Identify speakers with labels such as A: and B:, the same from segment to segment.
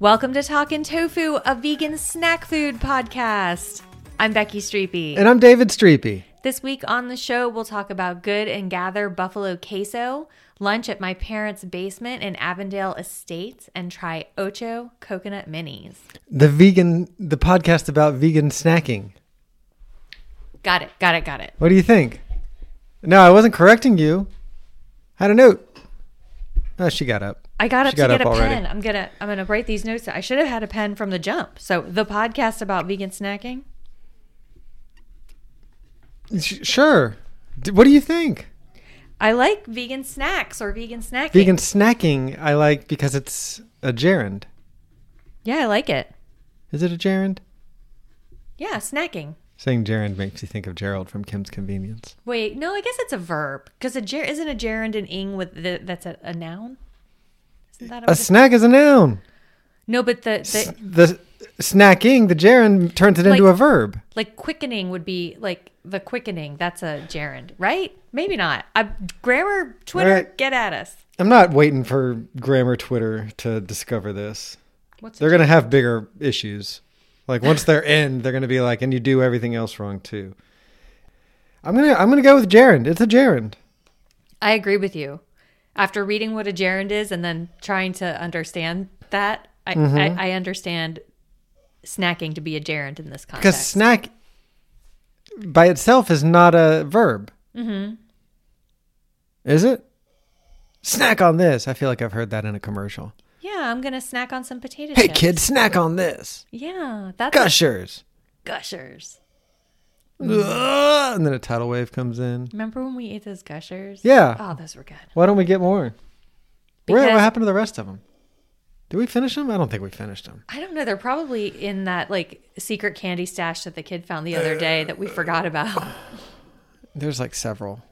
A: Welcome to Talkin' Tofu, a vegan snack food podcast. I'm Becky Streepy.
B: And I'm David Streepy.
A: this week on the show, we'll talk about Good and Gather Buffalo Queso, lunch at my parents' basement in Avondale Estates, and try Ocho Coconut Minis.
B: The vegan, the podcast about vegan snacking.
A: Got it, got it, got it.
B: What do you think? No, I wasn't correcting you. I had a note. Oh, she got up.
A: I got
B: She
A: up to get a
B: already.
A: pen. I'm gonna I'm gonna write these notes. I should have had a pen from the jump. So the podcast about vegan snacking.
B: Sh- sure. D- what do you think?
A: I like vegan snacks or vegan snacking.
B: Vegan snacking, I like because it's a gerund.
A: Yeah, I like it.
B: Is it a gerund?
A: Yeah, snacking.
B: Saying gerund makes you think of Gerald from Kim's Convenience.
A: Wait, no, I guess it's a verb because a ger- isn't a gerund an ing with the, that's a, a noun. Isn't that
B: A snack is a noun.
A: no, but the,
B: S-
A: the
B: The snacking, the gerund turns it into
A: Like-
B: a verb.
A: like quickening would be like the quickening. That's a gerund, right? Maybe not. I, grammar, Twitter,
B: Right.
A: get at us.
B: I'm not waiting for grammar Twitter to discover this.
A: What's
B: they're going to have bigger issues. Like once they're in, they're going to be like, and you do everything else wrong too. I'm gonna I'm gonna go with gerund. It's a gerund.
A: I agree with you. After reading what a gerund is and then trying to understand that, I,
B: Mm-hmm.
A: I, I understand snacking to be a gerund in this
B: Because
A: context.
B: snack by itself is not a verb. Mm-hmm. Is it? Snack on this. I feel like I've heard that in a commercial.
A: yeah, I'm gonna snack on some potato
B: Hey
A: chips.
B: kids, snack on this.
A: Yeah, that's a-
B: Gushers.
A: gushers.
B: Ugh, and then a tidal wave comes in.
A: Remember when we ate those gushers?
B: Yeah.
A: Oh, those were good.
B: Why don't we get more? Where, what
A: Because-
B: happened to the rest of them? Did we finish them? I don't think we finished them.
A: I don't know. They're probably in that like secret candy stash that the kid found the other day that we forgot about.
B: There's like several.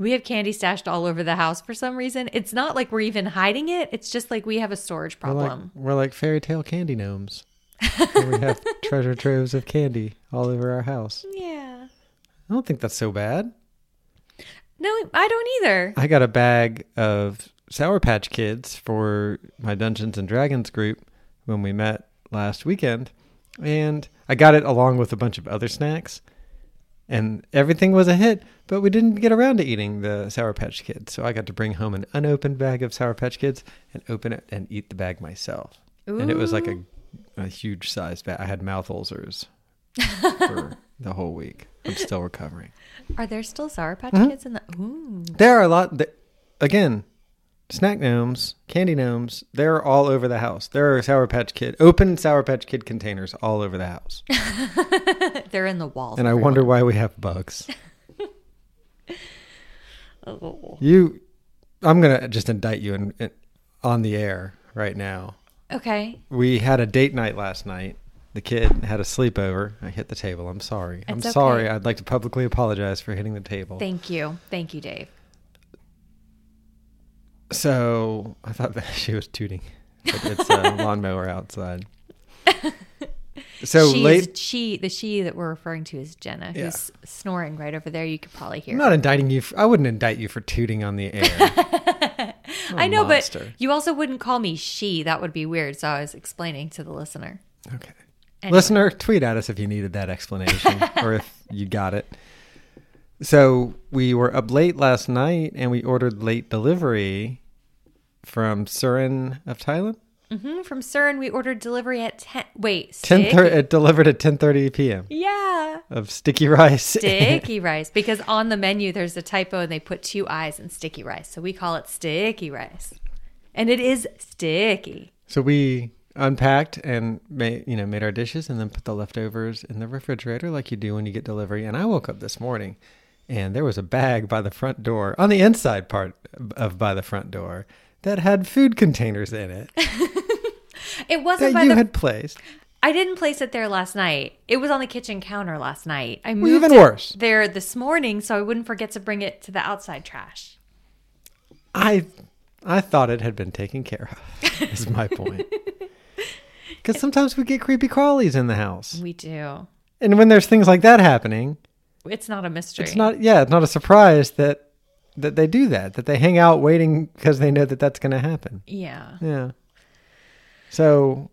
A: We have candy stashed all over the house for some reason. It's not like we're even hiding it. It's just like we have a storage
B: We're like,
A: problem.
B: we're like fairy tale candy gnomes. And we have treasure troves of candy all over our house.
A: yeah.
B: I don't think that's so bad.
A: No, I don't either.
B: I got a bag of Sour Patch Kids for my Dungeons and Dragons group when we met last weekend. And I got it along with a bunch of other snacks. And everything was a hit, but we didn't get around to eating the Sour Patch Kids. So I got to bring home an unopened bag of Sour Patch Kids and open it and eat the bag myself. And it was like a, a huge size bag. I had mouth ulcers for the whole week. I'm still recovering.
A: Are there still Sour Patch
B: Mm-hmm.
A: Kids in the? Ooh,
B: There are a lot. That, again, snack gnomes, candy gnomes. They're all over the house. There are Sour Patch Kid open Sour Patch Kid containers all over the house,
A: they're in the walls.
B: and I wonder why we have bugs.
A: Oh.
B: You, I'm gonna just indict you in, in, on the air right now.
A: Okay,
B: We had a date night last night. The kid had a sleepover. I hit the table. I'm sorry. I'm
A: It's okay.
B: sorry. I'd like to publicly apologize for hitting the table.
A: thank you, thank you, Dave.
B: So I thought that she was tooting. But it's a lawnmower outside. So
A: She's-
B: late.
A: she, the she that we're referring to is Jenna,
B: Yeah.
A: who's snoring right over there. You could probably hear.
B: I'm
A: her.
B: not indicting you. For, I wouldn't indict you for tooting on the air.
A: I know,
B: monster.
A: but you also wouldn't call me she. That would be weird. So I was explaining to the listener.
B: okay.
A: Anyway.
B: Listener, tweet at us if you needed that explanation or if you got it. So we were up late last night and we ordered late delivery from Surin of Thailand.
A: Mhm, From CERN, we ordered delivery at 10. Wait,
B: Ten
A: sticky-
B: thirty. It delivered at ten thirty p.m.
A: Yeah.
B: of sticky rice.
A: Sticky rice. Because on the menu, there's a typo and they put two eyes in sticky rice. So we call it sticky rice. And it is sticky.
B: so we unpacked and made you know made our dishes and then put the leftovers in the refrigerator like you do when you get delivery. And I woke up this morning and there was a bag by the front door on the inside part of by the front door that had food containers in it
A: It wasn't
B: that
A: by
B: you
A: the.
B: had placed.
A: I didn't place it there last night. It was on the kitchen counter last night. I moved
B: even
A: it
B: worse.
A: there this morning so I wouldn't forget to bring it to the outside trash.
B: I I thought it had been taken care of. Is my point. Because sometimes we get creepy crawlies in the house,
A: We do.
B: and when there's things like that happening,
A: It's not a mystery.
B: It's not yeah, it's not a surprise that that they do that, that they hang out waiting because they know that that's going to happen.
A: Yeah.
B: Yeah. So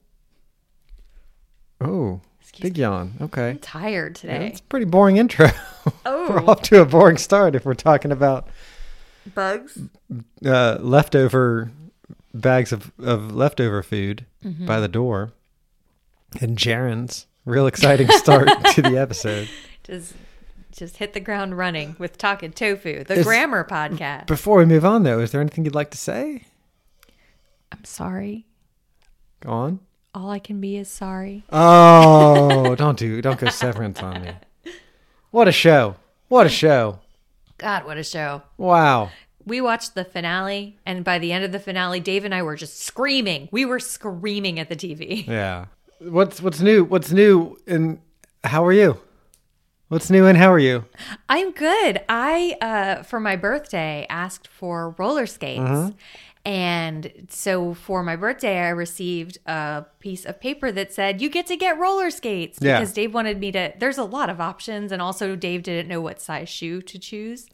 B: Oh, big yawn. Okay.
A: I'm tired
B: Yeah,
A: today.
B: That's a pretty boring intro. we're
A: Oh,
B: off to a boring start if we're talking about
A: bugs.
B: uh, leftover bags of, of leftover food
A: Mm-hmm.
B: by the door. And Jaren's real exciting start to the episode.
A: Just just hit the ground running with Talking Tofu, the
B: It's-
A: grammar podcast.
B: Before we move on though, is there anything you'd like to say?
A: I'm sorry.
B: Go on.
A: All I can be is sorry.
B: Oh, don't do don't go severance on me. What a show. What a show.
A: God, what a show.
B: Wow.
A: We watched the finale, and by the end of the finale, Dave and I were just screaming. We were screaming at the TV.
B: Yeah. What's what's new? What's new and how are you? What's new and how are you?
A: I'm good. I, uh, for my birthday, asked for roller skates. And so for my birthday, I received a piece of paper that said, You get to get roller skates.
B: Yeah.
A: Because Dave wanted me to, there's a lot of options. And also, Dave didn't know what size shoe to choose.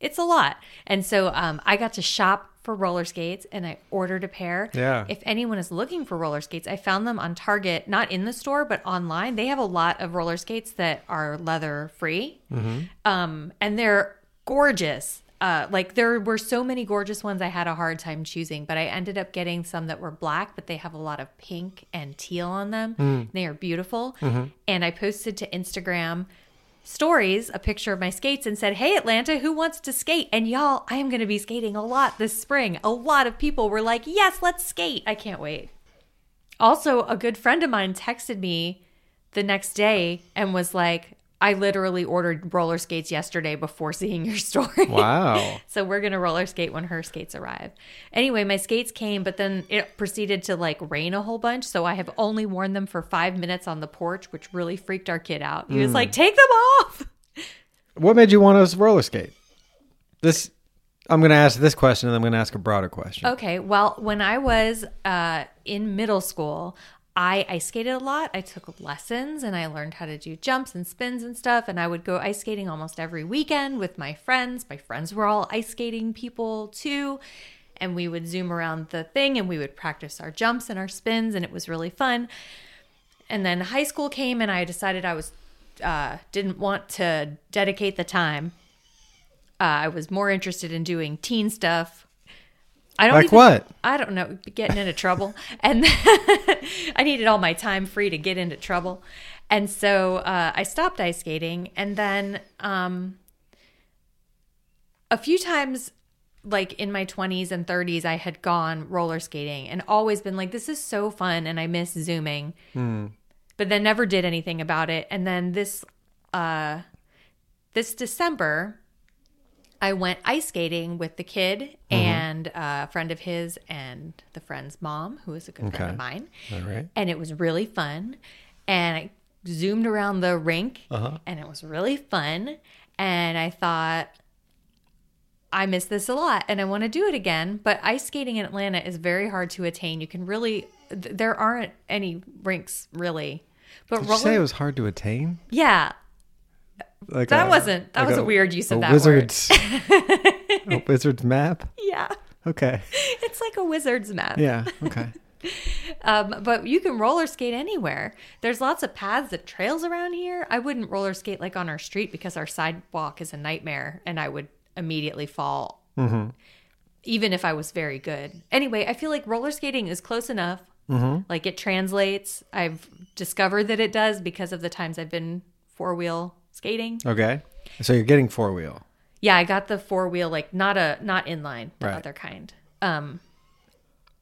A: It's a lot. And so um, I got to shop for roller skates and I ordered a pair.
B: Yeah.
A: If anyone is looking for roller skates, I found them on Target, not in the store, but online. They have a lot of roller skates that are leather free. Um, and they're gorgeous. Uh, like there were so many gorgeous ones I had a hard time choosing, but I ended up getting some that were black, but they have a lot of pink and teal on them. They are beautiful. And I posted to Instagram stories a picture of my skates and said, Hey, Atlanta, who wants to skate? And y'all, I am going to be skating a lot this spring. A lot of people were like, Yes, let's skate. I can't wait. Also, a good friend of mine texted me the next day and was like, I literally ordered roller skates yesterday before seeing your story.
B: Wow.
A: So we're gonna roller skate when her skates arrive. Anyway, my skates came, but then it proceeded to like rain a whole bunch. So I have only worn them for five minutes on the porch, which really freaked our kid out. He was like, "Take them off."
B: What made you want to roller skate? This I'm going to ask this question and I'm going to ask a broader question.
A: Okay. Well, when I was uh, in middle school, I ice skated a lot. I took lessons and I learned how to do jumps and spins and stuff. And I would go ice skating almost every weekend with my friends. My friends were all ice skating people too. And we would zoom around the thing and we would practice our jumps and our spins. And it was really fun. And then high school came and I decided I was. Uh, didn't want to dedicate the time. Uh, I was more interested in doing teen stuff. I don't
B: Like
A: even-
B: what?
A: I don't know, getting into trouble. And I needed all my time free to get into trouble. And so uh, I stopped ice skating. And then um, a few times, like in my 20s and 30s, I had gone roller skating and always been like, this is so fun. And I miss zooming, but then never did anything about it. And then this, uh, this December, I went ice skating with the kid
B: Mm-hmm.
A: and a friend of his and the friend's mom, who is a good friend
B: Okay.
A: of mine.
B: All right.
A: And it was really fun. And I zoomed around the rink
B: Uh-huh.
A: and it was really fun. And I thought, I miss this a lot and I want to do it again. But ice skating in Atlanta is very hard to attain. You can really, th- there aren't any rinks really. But
B: Did you
A: roller,
B: say it was hard to attain?
A: yeah,
B: Like
A: that
B: a-
A: wasn't, that
B: like
A: was a, weird use of
B: a
A: that word.
B: wizard's, a wizard's map?
A: Yeah.
B: Okay.
A: It's like a wizard's map.
B: Yeah. Okay.
A: Um, but you can roller skate anywhere. There's lots of paths and trails around here. I wouldn't roller skate like on our street because our sidewalk is a nightmare and I would immediately fall, even if I was very good. Anyway, I feel like roller skating is close enough. Like it translates. I've discovered that it does because of the times I've been four wheel skating.
B: Okay. So you're getting four wheel.
A: Yeah, I got the four wheel, like not a not inline, the
B: Right.
A: other kind. Um,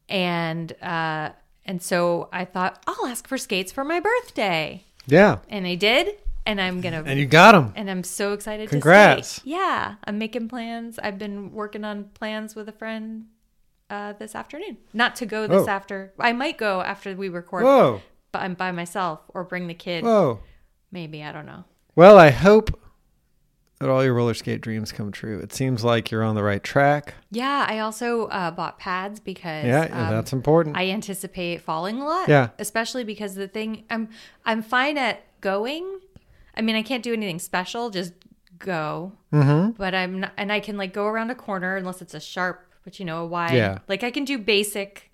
A: and uh, and so I thought I'll ask for skates for my birthday,
B: Yeah.
A: and I did, and I'm gonna
B: And you got them.
A: and I'm so excited.
B: Congrats.
A: To skate. Yeah, I'm making plans. I've been working on plans with a friend uh, this afternoon. Not to go this
B: Whoa.
A: after. I might go after we record,
B: Whoa.
A: but I'm by myself or bring the kid.
B: Whoa.
A: Maybe I don't know.
B: Well, I hope that all your roller skate dreams come true. It seems like you're on the right track.
A: Yeah, I also uh, bought pads because
B: Yeah,
A: um,
B: that's important.
A: I anticipate falling a lot.
B: Yeah.
A: Especially because the thing I'm I'm fine at going. I mean, I can't do anything special, just go. Mm-hmm. But I'm not, and I can like go around a corner unless it's a sharp, but you know, a wide.
B: Yeah.
A: Like I can do basic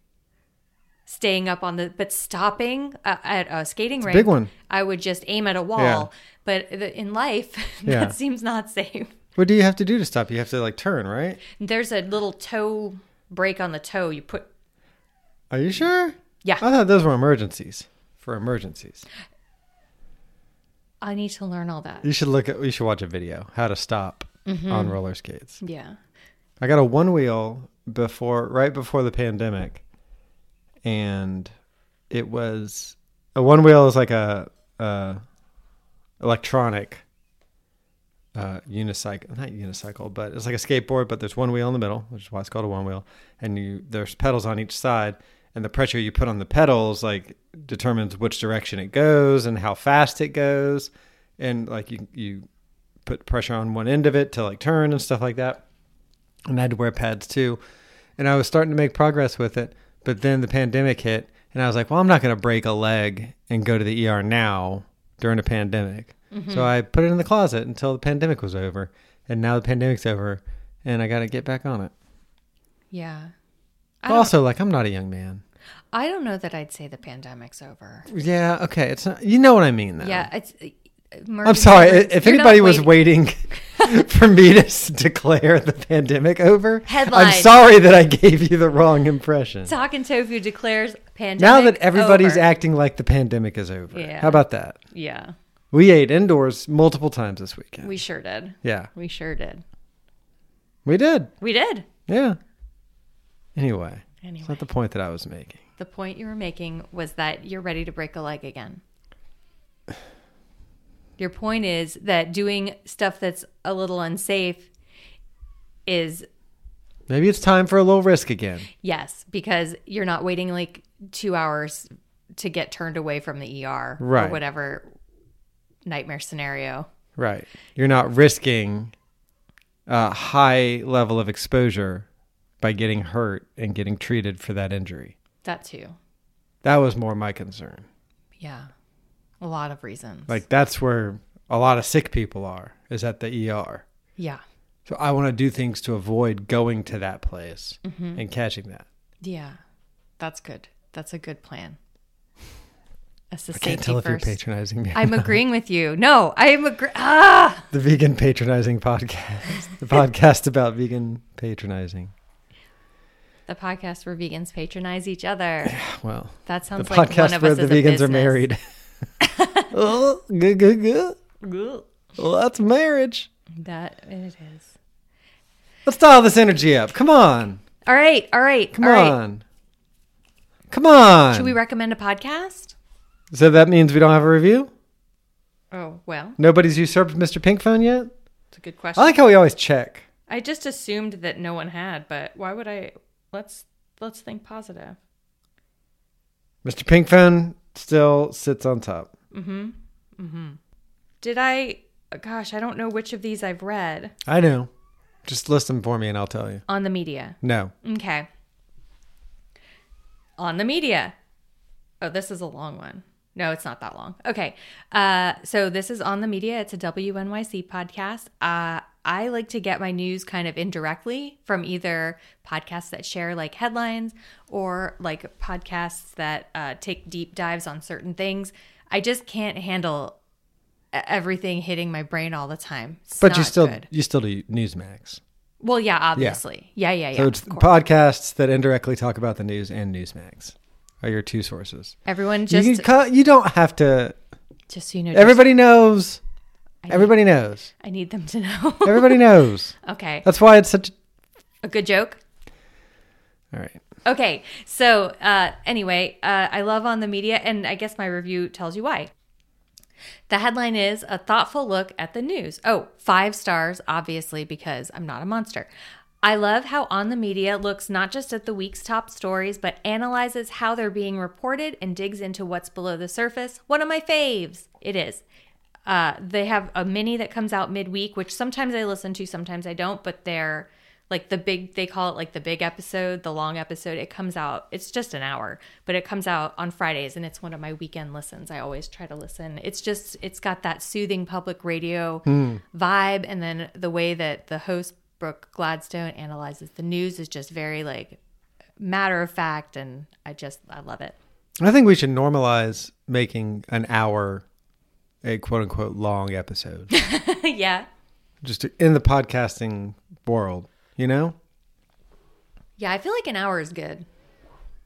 A: staying up on the, but stopping uh, at a skating rink.
B: big one.
A: I would just aim at a wall.
B: Yeah.
A: But the, in life,
B: Yeah.
A: that seems not safe.
B: what do you have to do to stop? You have to like turn, right?
A: There's a little toe break on the toe. You put
B: Are you sure?
A: Yeah.
B: I thought those were emergencies. For emergencies.
A: I need to learn all that.
B: You should look at you should watch a video how to stop
A: Mm-hmm.
B: on roller skates.
A: Yeah.
B: I got a one wheel before right before the pandemic, and it was a one wheel is like a, a electronic uh, unicycle, not unicycle, but it's like a skateboard. But there's one wheel in the middle, which is why it's called a one wheel, and you there's pedals on each side, and the pressure you put on the pedals like determines which direction it goes and how fast it goes, and like you you put pressure on one end of it to like turn and stuff like that and I had to wear pads too. And I was starting to make progress with it, but then the pandemic hit, and I was like, well, I'm not going to break a leg and go to the ER now during a pandemic.
A: Mm-hmm.
B: So I put it in the closet until the pandemic was over, and now the pandemic's over, and I got to get back on it.
A: Yeah. don't-
B: Also, like I'm not a young man.
A: I don't know that I'd say the pandemic's over.
B: Yeah, okay, it's not. You know what I mean, though.
A: Yeah, it's. uh,
B: I'm sorry. i- If anybody was waiting for me to s- declare the pandemic over,
A: Headline.
B: I'm sorry that I gave you the wrong impression.
A: Talking Tofu declares pandemic.
B: Now that everybody's
A: over.
B: acting like the pandemic is over.
A: Yeah.
B: How about that?
A: Yeah,
B: We ate indoors multiple times this weekend.
A: we sure did.
B: yeah.
A: We sure did.
B: We did.
A: We did.
B: Yeah. Anyway, it's
A: Anyway,
B: not the point that I was making.
A: the point you were making was that you're ready to break a leg again. Your point is that doing stuff that's a little unsafe is
B: Maybe it's time for a little risk again.
A: Yes, because you're not waiting like two hours to get turned away from the ER or
B: Right.
A: whatever nightmare scenario.
B: Right. You're not risking a high level of exposure by getting hurt and getting treated for that injury.
A: That too.
B: That was more my concern.
A: Yeah. A lot of reasons.
B: Like that's where a lot of sick people are is at the ER.
A: yeah.
B: So I want to do things to avoid going to that place
A: Mm-hmm.
B: and catching that.
A: Yeah. That's good. That's a good plan. That's the
B: I can't
A: safety
B: tell if you're
A: first.
B: patronizing me.
A: I'm agreeing with you. No, I'm agree. Ah!
B: the vegan patronizing podcast, the podcast about vegan patronizing.
A: The podcast where vegans patronize each other.
B: Well,
A: That sounds
B: the
A: like one
B: podcast
A: of
B: where
A: us
B: the
A: is
B: vegans
A: a
B: are married. oh, good, good, good.
A: business.
B: Well, that's marriage.
A: That it is.
B: Let's dial this energy up. Come on,
A: All right. All right.
B: come
A: all right.
B: on, come on.
A: Should we recommend a podcast?
B: so that means we don't have a review.
A: Oh, well,
B: Nobody's usurped Mr. Pinkphone yet.
A: it's a good question.
B: I like how we always check.
A: I just assumed that no one had, but why would I let's let's think positive.
B: Mr. Pinkphone still sits on top.
A: Did I gosh, I don't know which of these I've read
B: I know. Just list them for me, and I'll tell you.
A: on the media.
B: No.
A: Okay. On the media. Oh, this is a long one. No, it's not that long. Okay. Uh, so this is on the media. It's a WNYC podcast. Uh, I like to get my news kind of indirectly from either podcasts that share like headlines or like podcasts that uh, take deep dives on certain things. I just can't handle e- everything hitting my brain all the time. It's
B: But you
A: not
B: still
A: good.
B: you still do Newsmax.
A: well, yeah, obviously, yeah, yeah, yeah.
B: So it's
A: of course.
B: podcasts that indirectly talk about the news and Newsmax are your two sources.
A: Everyone just
B: you, can cut- you don't have to.
A: just so you know, just-
B: Everybody knows. Everybody knows.
A: I need them to know.
B: Everybody knows.
A: okay,
B: That's why it's such.
A: a good joke.
B: All right.
A: Okay, so uh, anyway, uh, I love on the media, and I guess my review tells you why. The headline is A Thoughtful Look at the News. Oh, five stars, obviously, because I'm not a monster. I love how On the Media looks not just at the week's top stories, but analyzes how they're being reported and digs into what's below the surface. One of my faves. It is. Uh, they have a mini that comes out midweek, which sometimes I listen to, sometimes I don't, but they're like the big, they call it like the big episode, the long episode. It comes out, it's just an hour, but it comes out on Fridays and it's one of my weekend listens. I always try to listen. It's just, it's got that soothing public radio vibe. And then the way that the host, Brooke Gladstone, analyzes the news is just very like matter of fact. And I just, I love it.
B: I think we should normalize making an hour a quote unquote long episode
A: yeah.
B: just to- in the podcasting world, you know?
A: Yeah. I feel like an hour is good.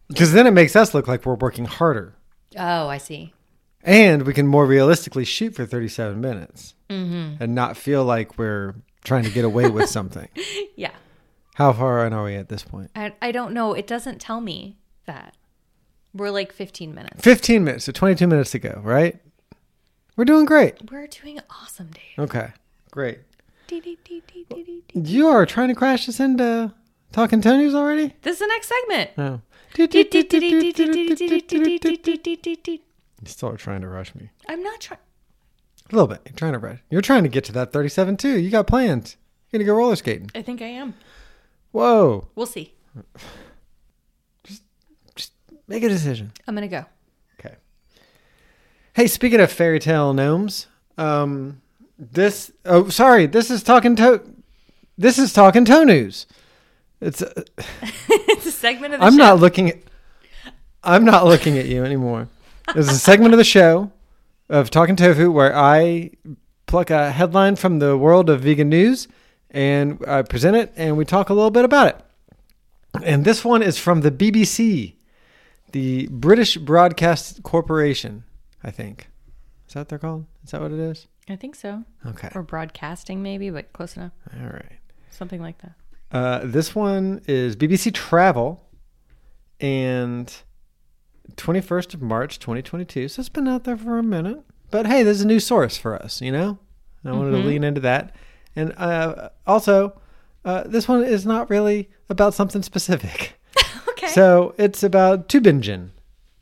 B: Because then it makes us look like we're working harder.
A: Oh, I see.
B: And we can more realistically shoot for 37 minutes and not feel like we're trying to get away with something.
A: Yeah.
B: How far in are we at this point?
A: I, I don't know. It doesn't tell me that. We're like 15 minutes.
B: 15 minutes, so 22 minutes to go, right? We're doing great.
A: We're doing awesome, Dave.
B: Okay, great.
A: Dee, dee, dee, dee, dee, dee, dee.
B: You are trying to crash us into talking Tony's already?
A: This is the next segment.
B: No. You still are trying to rush me.
A: I'm not trying.
B: A little bit. You're trying to rush. You're trying to get to that 37 too. You got plans. You're going to go roller skating.
A: I think I am.
B: Whoa.
A: We'll see.
B: Make a decision.
A: I'm going to go.
B: Okay. Hey, speaking of fairy tale gnomes, um, this oh sorry, this is talking to this is talking toe news. It's uh,
A: It's a segment of the
B: I'm
A: show.
B: not looking at I'm not looking at you anymore. There's a segment of the show of Talking Tofu where I pluck a headline from the world of vegan news and I present it and we talk a little bit about it. And this one is from the BBC, the British Broadcast Corporation, I think. Is that what they're called? Is that what it is?
A: I think so.
B: Okay.
A: Or broadcasting, maybe, but close enough.
B: All right.
A: Something like that.
B: Uh, this one is BBC Travel, and 21st of March, 2022. So it's been out there for a minute. But hey, there's a new source for us, you know? And I wanted to lean into that. And uh, also, uh, this one is not really about something specific.
A: Okay.
B: So it's about Tubingen.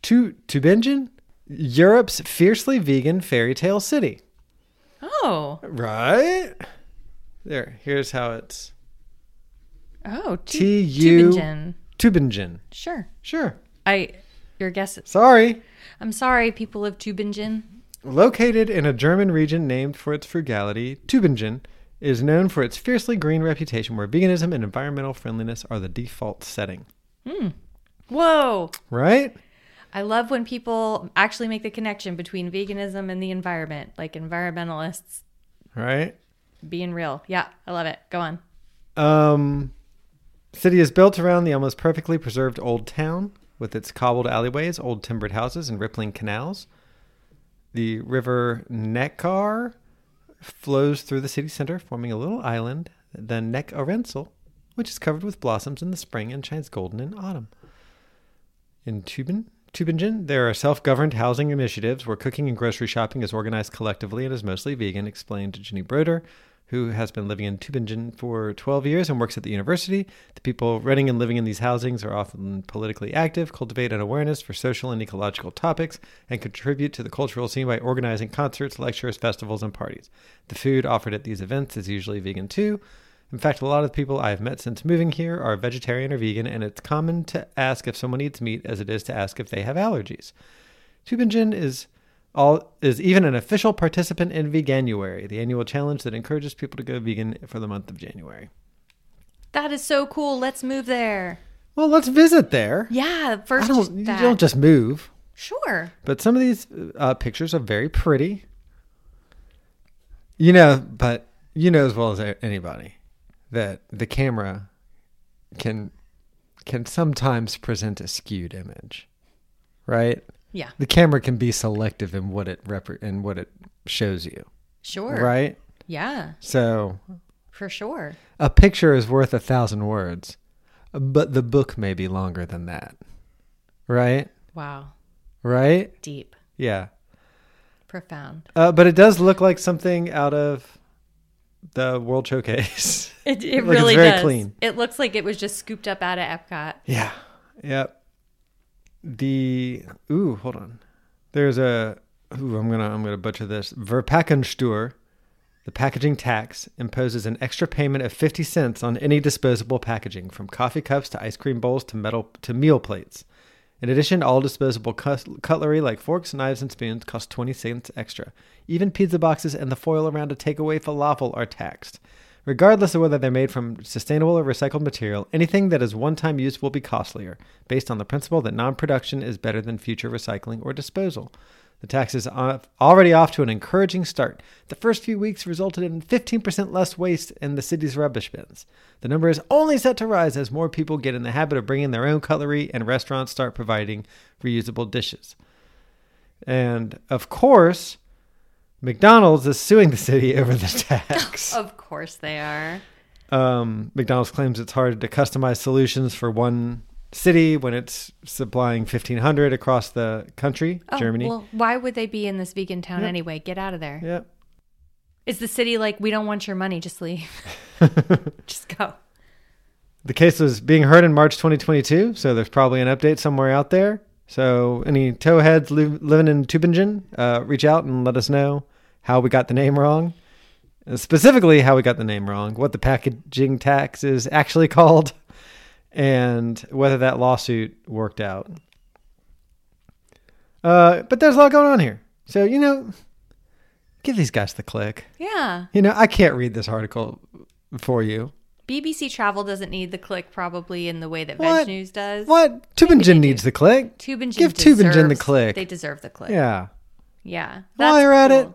B: Tu- Tubingen? Europe's fiercely vegan fairy tale city.
A: oh.
B: Right? There, here's how it's
A: Oh. Tu-
B: T U-
A: Tubingen.
B: Tubingen.
A: Sure.
B: Sure.
A: I. Your guess.
B: Sorry.
A: I'm sorry, people of Tubingen.
B: Located in a German region named for its frugality, Tübingen is known for its fiercely green reputation where veganism and environmental friendliness are the default setting.
A: Whoa.
B: Right?
A: I love when people actually make the connection between veganism and the environment, like environmentalists
B: Right?
A: being real. Yeah, I love it. Go on.
B: Um, city is built around the almost perfectly preserved old town with its cobbled alleyways, old timbered houses, and rippling canals. The river Neckar flows through the city center, forming a little island, the Neck Arenzel, which is covered with blossoms in the spring and shines golden in autumn. In Tübingen, Tübingen, there are self-governed housing initiatives where cooking and grocery shopping is organized collectively and is mostly vegan, explained Jenny Broder, who has been living in Tübingen for 12 years and works at the university. The people renting and living in these housings are often politically active, cultivate an awareness for social and ecological topics, and contribute to the cultural scene by organizing concerts, lectures, festivals, and parties. The food offered at these events is usually vegan too. In fact, a lot of the people I've met since moving here are vegetarian or vegan, and it's common to ask if someone eats meat as it is to ask if they have allergies. Tübingen is all is even an official participant in Veganuary, the annual challenge that encourages people to go vegan for the month of January.
A: That is so cool. Let's move there.
B: Well, let's visit there.
A: Yeah,
B: I
A: first
B: don't,
A: just
B: you
A: that.
B: don't just move.
A: sure.
B: But some of these uh, pictures are very pretty. You know, but you know as well as anybody that the camera can can sometimes present a skewed image, right?
A: Yeah,
B: The camera can be selective in what it rep- in what it shows you,
A: sure.
B: right?
A: Yeah,
B: So
A: for sure.
B: a picture is worth a thousand words, but the book may be longer than that, right?
A: Wow,
B: Right?
A: deep,
B: Yeah.
A: profound.
B: Uh, but it does look like something out of the World Showcase.
A: It,
B: Like,
A: it
B: it's
A: really
B: very
A: does.
B: clean.
A: It looks like it was just scooped up out of Epcot.
B: yeah. Yep. The ooh, hold on. There's a ooh, I'm gonna I'm gonna butcher this. Verpackungstur, the packaging tax, imposes an extra payment of fifty cents on any disposable packaging, from coffee cups to ice cream bowls to metal to meal plates. In addition, all disposable cus- cutlery like forks, knives, and spoons cost 20 cents extra. Even pizza boxes and the foil around a takeaway falafel are taxed. Regardless of whether they're made from sustainable or recycled material, anything that is one time use will be costlier, based on the principle that non production is better than future recycling or disposal. The tax is off, already off to an encouraging start. The first few weeks resulted in 15% less waste in the city's rubbish bins. The number is only set to rise as more people get in the habit of bringing their own cutlery and restaurants start providing reusable dishes. And of course, McDonald's is suing the city over the tax.
A: Of course they are.
B: Um, McDonald's claims it's hard to customize solutions for one city when it's supplying 1,500 across the country,
A: Oh,
B: Germany.
A: Well, why would they be in this vegan town anyway? Get out of there.
B: yep.
A: Is the city like we don't want your money? Just leave. just go.
B: The case was being heard in March 2022, so there's probably an update somewhere out there. So, any towheads li- living in Tübingen, uh, reach out and let us know how we got the name wrong. and Specifically, how we got the name wrong, what the packaging tax is actually called, and whether that lawsuit worked out. Uh, but there's a lot going on here. So, you know, give these guys the click.
A: Yeah.
B: You know, I can't read this article for you.
A: BBC Travel doesn't need the click probably in the way that
B: What?
A: Veg News does.
B: What? Tubingen needs the click.
A: Tubingen
B: Give Tubingen the
A: deserves-
B: click.
A: They deserve the click.
B: yeah.
A: Yeah.
B: While
A: That's
B: you're at it,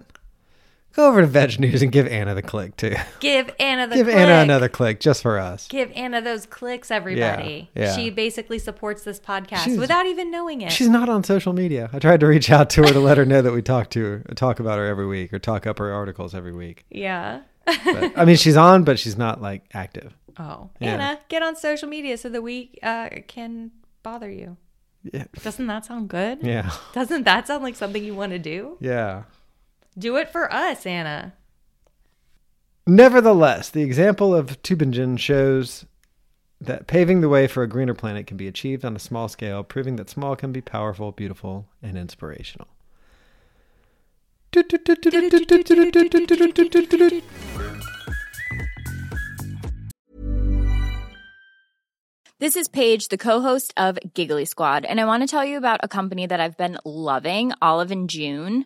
A: cool.
B: go over to Veg News and give Anna the click too.
A: Give Anna the
B: give
A: click.
B: Anna another click just for us.
A: Give Anna those clicks, everybody.
B: yeah.
A: She basically supports this podcast
B: She's-
A: without even knowing it.
B: She's not on social media. I tried to reach out to her to let her know that we talk to her, talk about her every week or talk up her articles every week.
A: Yeah.
B: But, I mean, she's on, but she's not like active.
A: Oh.
B: Yeah.
A: Anna, get on social media so that we uh, can bother you.
B: Yeah.
A: Doesn't that sound good?
B: Yeah.
A: Doesn't that sound like something you want to do?
B: Yeah.
A: Do it for us, Anna.
B: Nevertheless, the example of Tübingen shows that paving the way for a greener planet can be achieved on a small scale, proving that small can be powerful, beautiful, and inspirational.
C: This is Paige, the co-host of Giggly Squad, and I want to tell you about a company that I've been loving, Olive and June.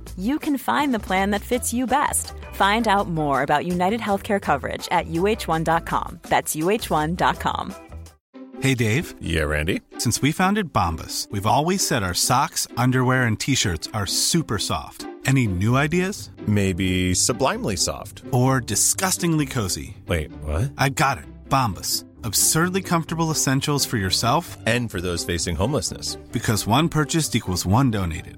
D: you can find the plan that fits you best. Find out more about United Healthcare coverage at uh1.com. That's uh1.com.
E: Hey, Dave.
F: Yeah, Randy.
E: Since we founded Bombus, we've always said our socks, underwear, and t shirts are super soft. Any new ideas?
F: Maybe sublimely soft.
E: Or disgustingly cozy.
F: Wait, what?
E: I got it. Bombus. Absurdly comfortable essentials for yourself eh,
F: And for those facing homelessness.
E: because one purchased equals one donated.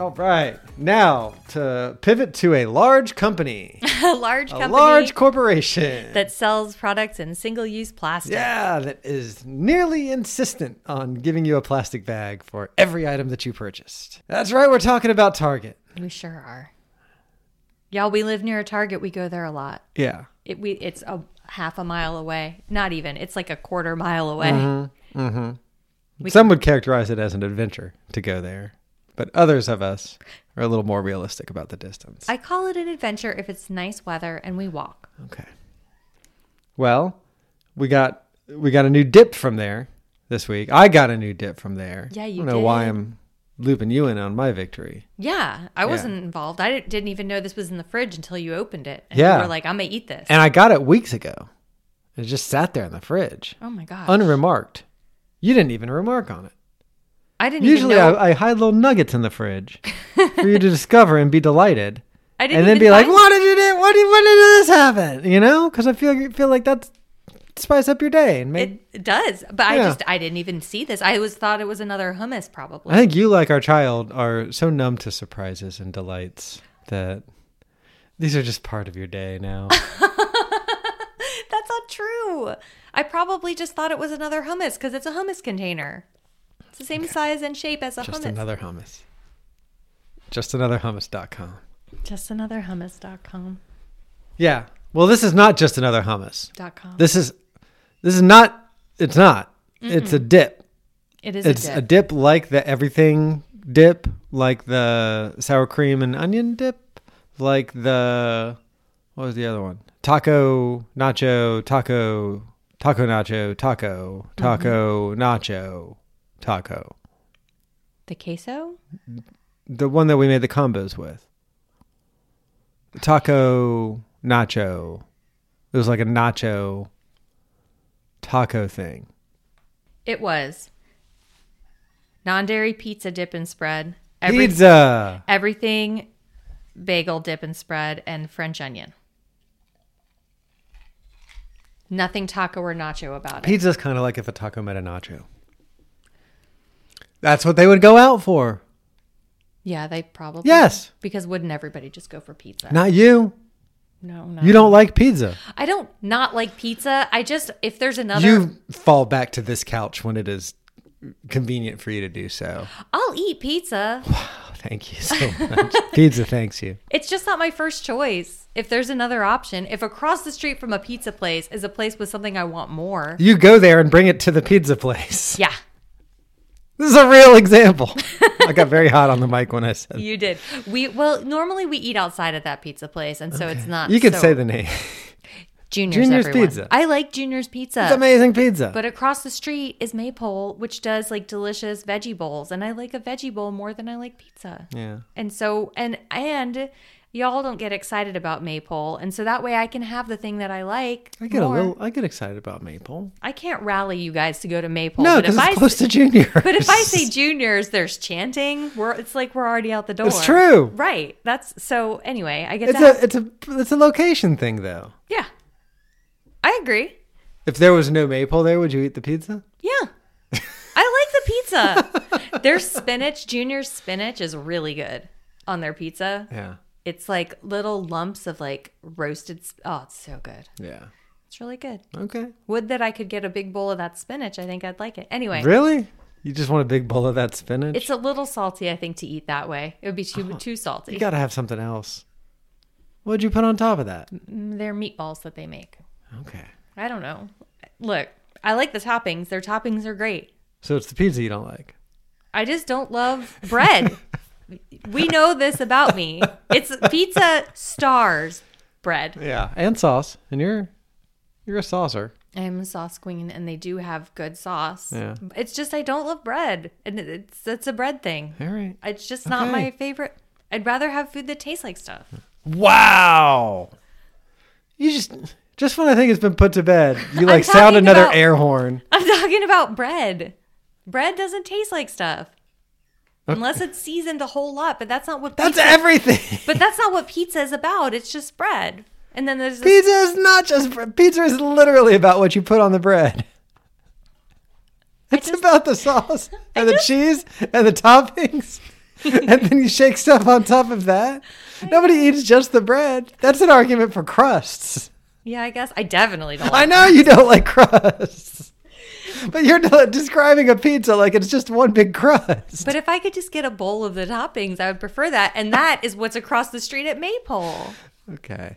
B: All right. Now to pivot to a large company,
A: a large
B: a
A: company
B: large corporation.
A: that sells products in single-use plastic.
B: yeah, that is nearly insistent on giving you a plastic bag for every item that you purchased. That's right, we're talking about Target.
A: We sure are. Y'all, we live near a Target. We go there a lot.
B: Yeah.
A: It, we it's a half a mile away. Not even. It's like a quarter mile away.
B: Mm-hmm. Some would characterize it as an adventure to go there, but others of us are a little more realistic about the distance.
A: I call it an adventure if it's nice weather and we walk.
B: Okay. Well, we got we got a new dip from there this week. I got a new dip from there.
A: Yeah,
B: I
A: you
B: don't know why
A: did.
B: I'm looping you in on my victory.
A: Yeah, I wasn't involved. I didn't, didn't even know this was in the fridge until you opened it. And
B: Yeah.
A: you were like, I'm gonna eat this.
B: And I got it weeks ago. It just sat there in the fridge,
A: oh my god,
B: unremarked. You didn't even remark on it.
A: I didn't
B: Usually,
A: even know.
B: I, I hide little nuggets in the fridge for you to discover and be delighted,
A: I, didn't
B: and then
A: even
B: be like,
A: find-
B: "What did you do? What did, what did this happen?" You know, because I feel feel like that's spice up your day and make
A: It does, but I
B: Yeah.
A: just I didn't even see this. I was thought it was another hummus, probably.
B: I think you, like our child, are so numb to surprises and delights that these are just part of your day now.
A: That's not true. I probably just thought it was another hummus because it's a hummus container. It's the same size and shape as a
B: just
A: hummus.
B: another hummus. Just another hummus.com.
A: Just another hummus.com.
B: Yeah. Well, this is not just another hummus.
A: Dot com.
B: This is this is not it's not. It's a dip.
A: It is
B: it's
A: a dip.
B: a dip like the everything dip, like the sour cream and onion dip, like the what was the other one? Taco nacho, taco, taco nacho, taco, taco nacho, taco.
A: the queso?
B: The one that we made the combos with. Taco nacho. It was like a nacho taco thing.
A: It was. Non dairy pizza dip and spread. Every-
B: Pizza.
A: Everything bagel dip and spread and French onion. Nothing taco or nacho about it.
B: Pizza's kind of like if a taco met a nacho. That's what they would go out for.
A: Yeah, they probably.
B: Yes.
A: Because wouldn't everybody just go for pizza?
B: Not you.
A: no, no.
B: You don't like pizza.
A: I don't not like pizza. I just if there's another
B: You fall back to this couch when it is convenient for you to do so.
A: I'll eat pizza.
B: Oh, thank you so much. pizza thanks you.
A: It's just not my first choice. If there's another option, if across the street from a pizza place is a place with something I want more.
B: You go there and bring it to the pizza place.
A: Yeah,
B: This is a real example. I got very hot on the mic when I said
A: you did. We well, normally we eat outside at that pizza place and so it's not
B: You could
A: so-
B: say the name.
A: Junior's,
B: Junior's
A: everyone.
B: Pizza.
A: I like Junior's Pizza.
B: It's amazing pizza.
A: But across the street is Maypole, which does like delicious veggie bowls, and I like a veggie bowl more than I like pizza.
B: yeah.
A: And so and and y'all don't get excited about Maypole, and so that way I can have the thing that I like.
B: I get
A: more.
B: a little I get excited about maple.
A: I can't rally you guys to go to Maypole.
B: No,
A: but
B: because
A: if
B: it's
A: I
B: close to junior.
A: but if I say juniors, there's chanting. We're it's like we're already out the door.
B: It's true.
A: right? That's so. Anyway, I get
B: it's
A: to
B: a it's a it's a location thing though.
A: yeah. I agree.
B: If there was no maple there, would you eat the pizza?
A: Yeah. I like the pizza. their spinach, Junior's spinach is really good on their pizza.
B: Yeah.
A: It's like little lumps of like roasted. s- Oh, it's so good.
B: Yeah.
A: It's really good.
B: Okay.
A: Would that I could get a big bowl of that spinach. I think I'd like it. Anyway.
B: Really? You just want a big bowl of that spinach?
A: It's a little salty, I think, to eat that way. It would be too too salty.
B: Uh-huh. you got to have something else. What'd you put on top of that?
A: Mm, They're meatballs that they make.
B: Okay.
A: I don't know. Look, I like the toppings. Their toppings are great.
B: So it's the pizza you don't like.
A: I just don't love bread. we know this about me. It's pizza stars bread.
B: Yeah, and sauce. And you're you're a saucer.
A: I'm a sauce queen, and they do have good sauce.
B: Yeah.
A: It's just I don't love bread, and it- it's it's a bread thing.
B: All right.
A: It's just not
B: Okay.
A: my favorite. I'd rather have food that tastes like stuff.
B: Wow. You just just when I think it's been put to bed, you like
A: I'm
B: sound
A: talking
B: another
A: about-
B: air horn.
A: I'm talking about bread. Bread doesn't taste like stuff. Unless it's seasoned a whole lot, but that's not what
B: That's
A: pizza-
B: everything.
A: But that's not what pizza is about. It's just bread. And then there's this-
B: Pizza is not just bre- pizza is literally about what you put on the bread. It's about the sauce and the cheese and the toppings. and then you shake stuff on top of that. Nobody eats just the bread. That's an argument for crusts.
A: Yeah, I guess I definitely don't.
B: I
A: like
B: know you don't like crusts. But you're de- describing a pizza like it's just one big crust.
A: But if I could just get a bowl of the toppings, I would prefer that. And that is what's across the street at Maypole.
B: Okay.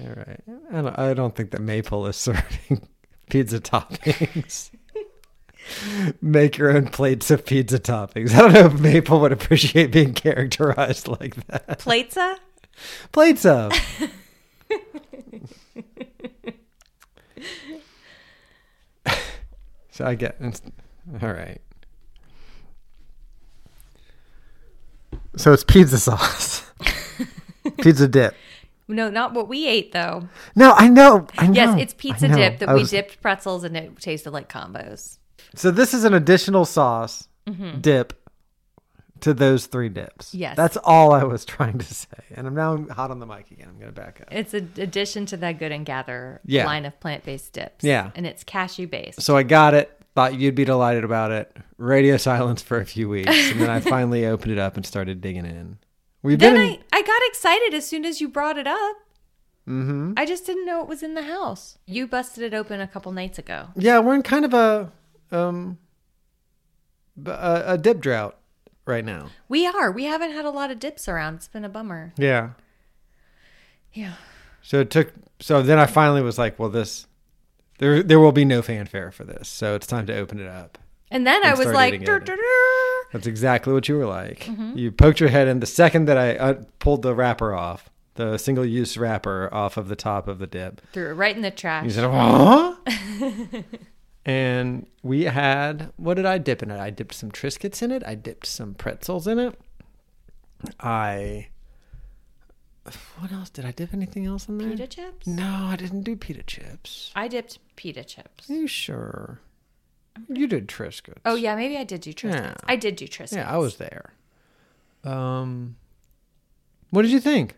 B: All right. I don't, I don't think that maple is serving pizza toppings. Make your own plates of pizza toppings. I don't know if maple would appreciate being characterized like that.
A: Platesa?
B: Plates of. so I get. It's, all right. So it's pizza sauce, pizza dip.
A: No, not what we ate though.
B: No, I know. I know.
A: Yes, it's pizza
B: I know.
A: dip that
B: I
A: we
B: was-
A: dipped pretzels and it tasted like combos.
B: So this is an additional sauce
A: Mhm.
B: dip to those three dips.
A: Yes.
B: that's all I was trying to say, and I'm now hot on the mic again. I'm gonna back up.
A: It's an addition to that good and gather
B: Yeah.
A: line of plant based dips.
B: Yeah.
A: And it's cashew based.
B: So I got it. Thought you'd be delighted about it. Radio silence for a few weeks, and then I finally opened it up and started digging in. We've
A: then
B: been.
A: I, I got excited as soon as you brought it up.
B: mm-hmm.
A: I just didn't know it was in the house. You busted it open a couple nights ago.
B: Yeah, we're in kind of a um b- a, a dip drought right now.
A: We are. We haven't had a lot of dips around. It's been a bummer.
B: Yeah.
A: Yeah.
B: So it took. So then I finally was like, "Well, this there there will be no fanfare for this, so it's time to open it up."
A: And then
B: And
A: I was
B: start
A: like,
B: eating it.
A: "Dur, dur, dur."
B: That's exactly what you were like.
A: Mhm.
B: You poked your head in the second that I uh, pulled the wrapper off, the single use wrapper off of the top of the dip.
A: threw it right in the trash.
B: You said, "Huh?" and we had what did I dip in it? I dipped some Triscuits in it. I dipped some pretzels in it. I what else did I dip anything else in there?
A: Pita chips?
B: No, I didn't do pita chips.
A: I dipped pita chips.
B: Are you sure? You did Triscuits.
A: Oh yeah, maybe I did do Triscuits.
B: Yeah.
A: I did do Triscuits.
B: Yeah, I was there. Um, what did you think?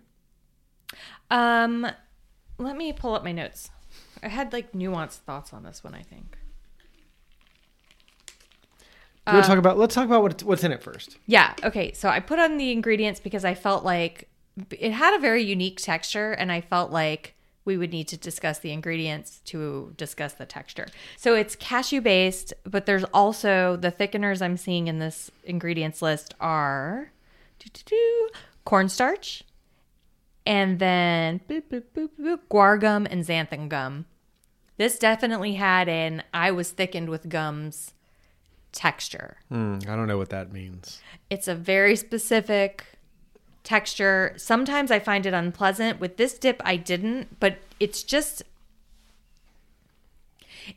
A: Um, let me pull up my notes. I had like nuanced thoughts on this one. I think.
B: You want
A: Uh,
B: to talk about? Let's talk about what, what's in it first.
A: Yeah. Okay. So I put on the ingredients because I felt like it had a very unique texture, and I felt like we would need to discuss the ingredients to discuss the texture. So it's cashew based, but there's also the thickeners I'm seeing in this ingredients list are doo-doo-doo, cornstarch and then boop, boop, boop, boop, boop, guar gum and xanthan gum. This definitely had an I was thickened with gums texture.
B: Hmm, I don't know what that means.
A: It's a very specific texture. Sometimes I find it unpleasant. With this dip, I didn't, but it's just.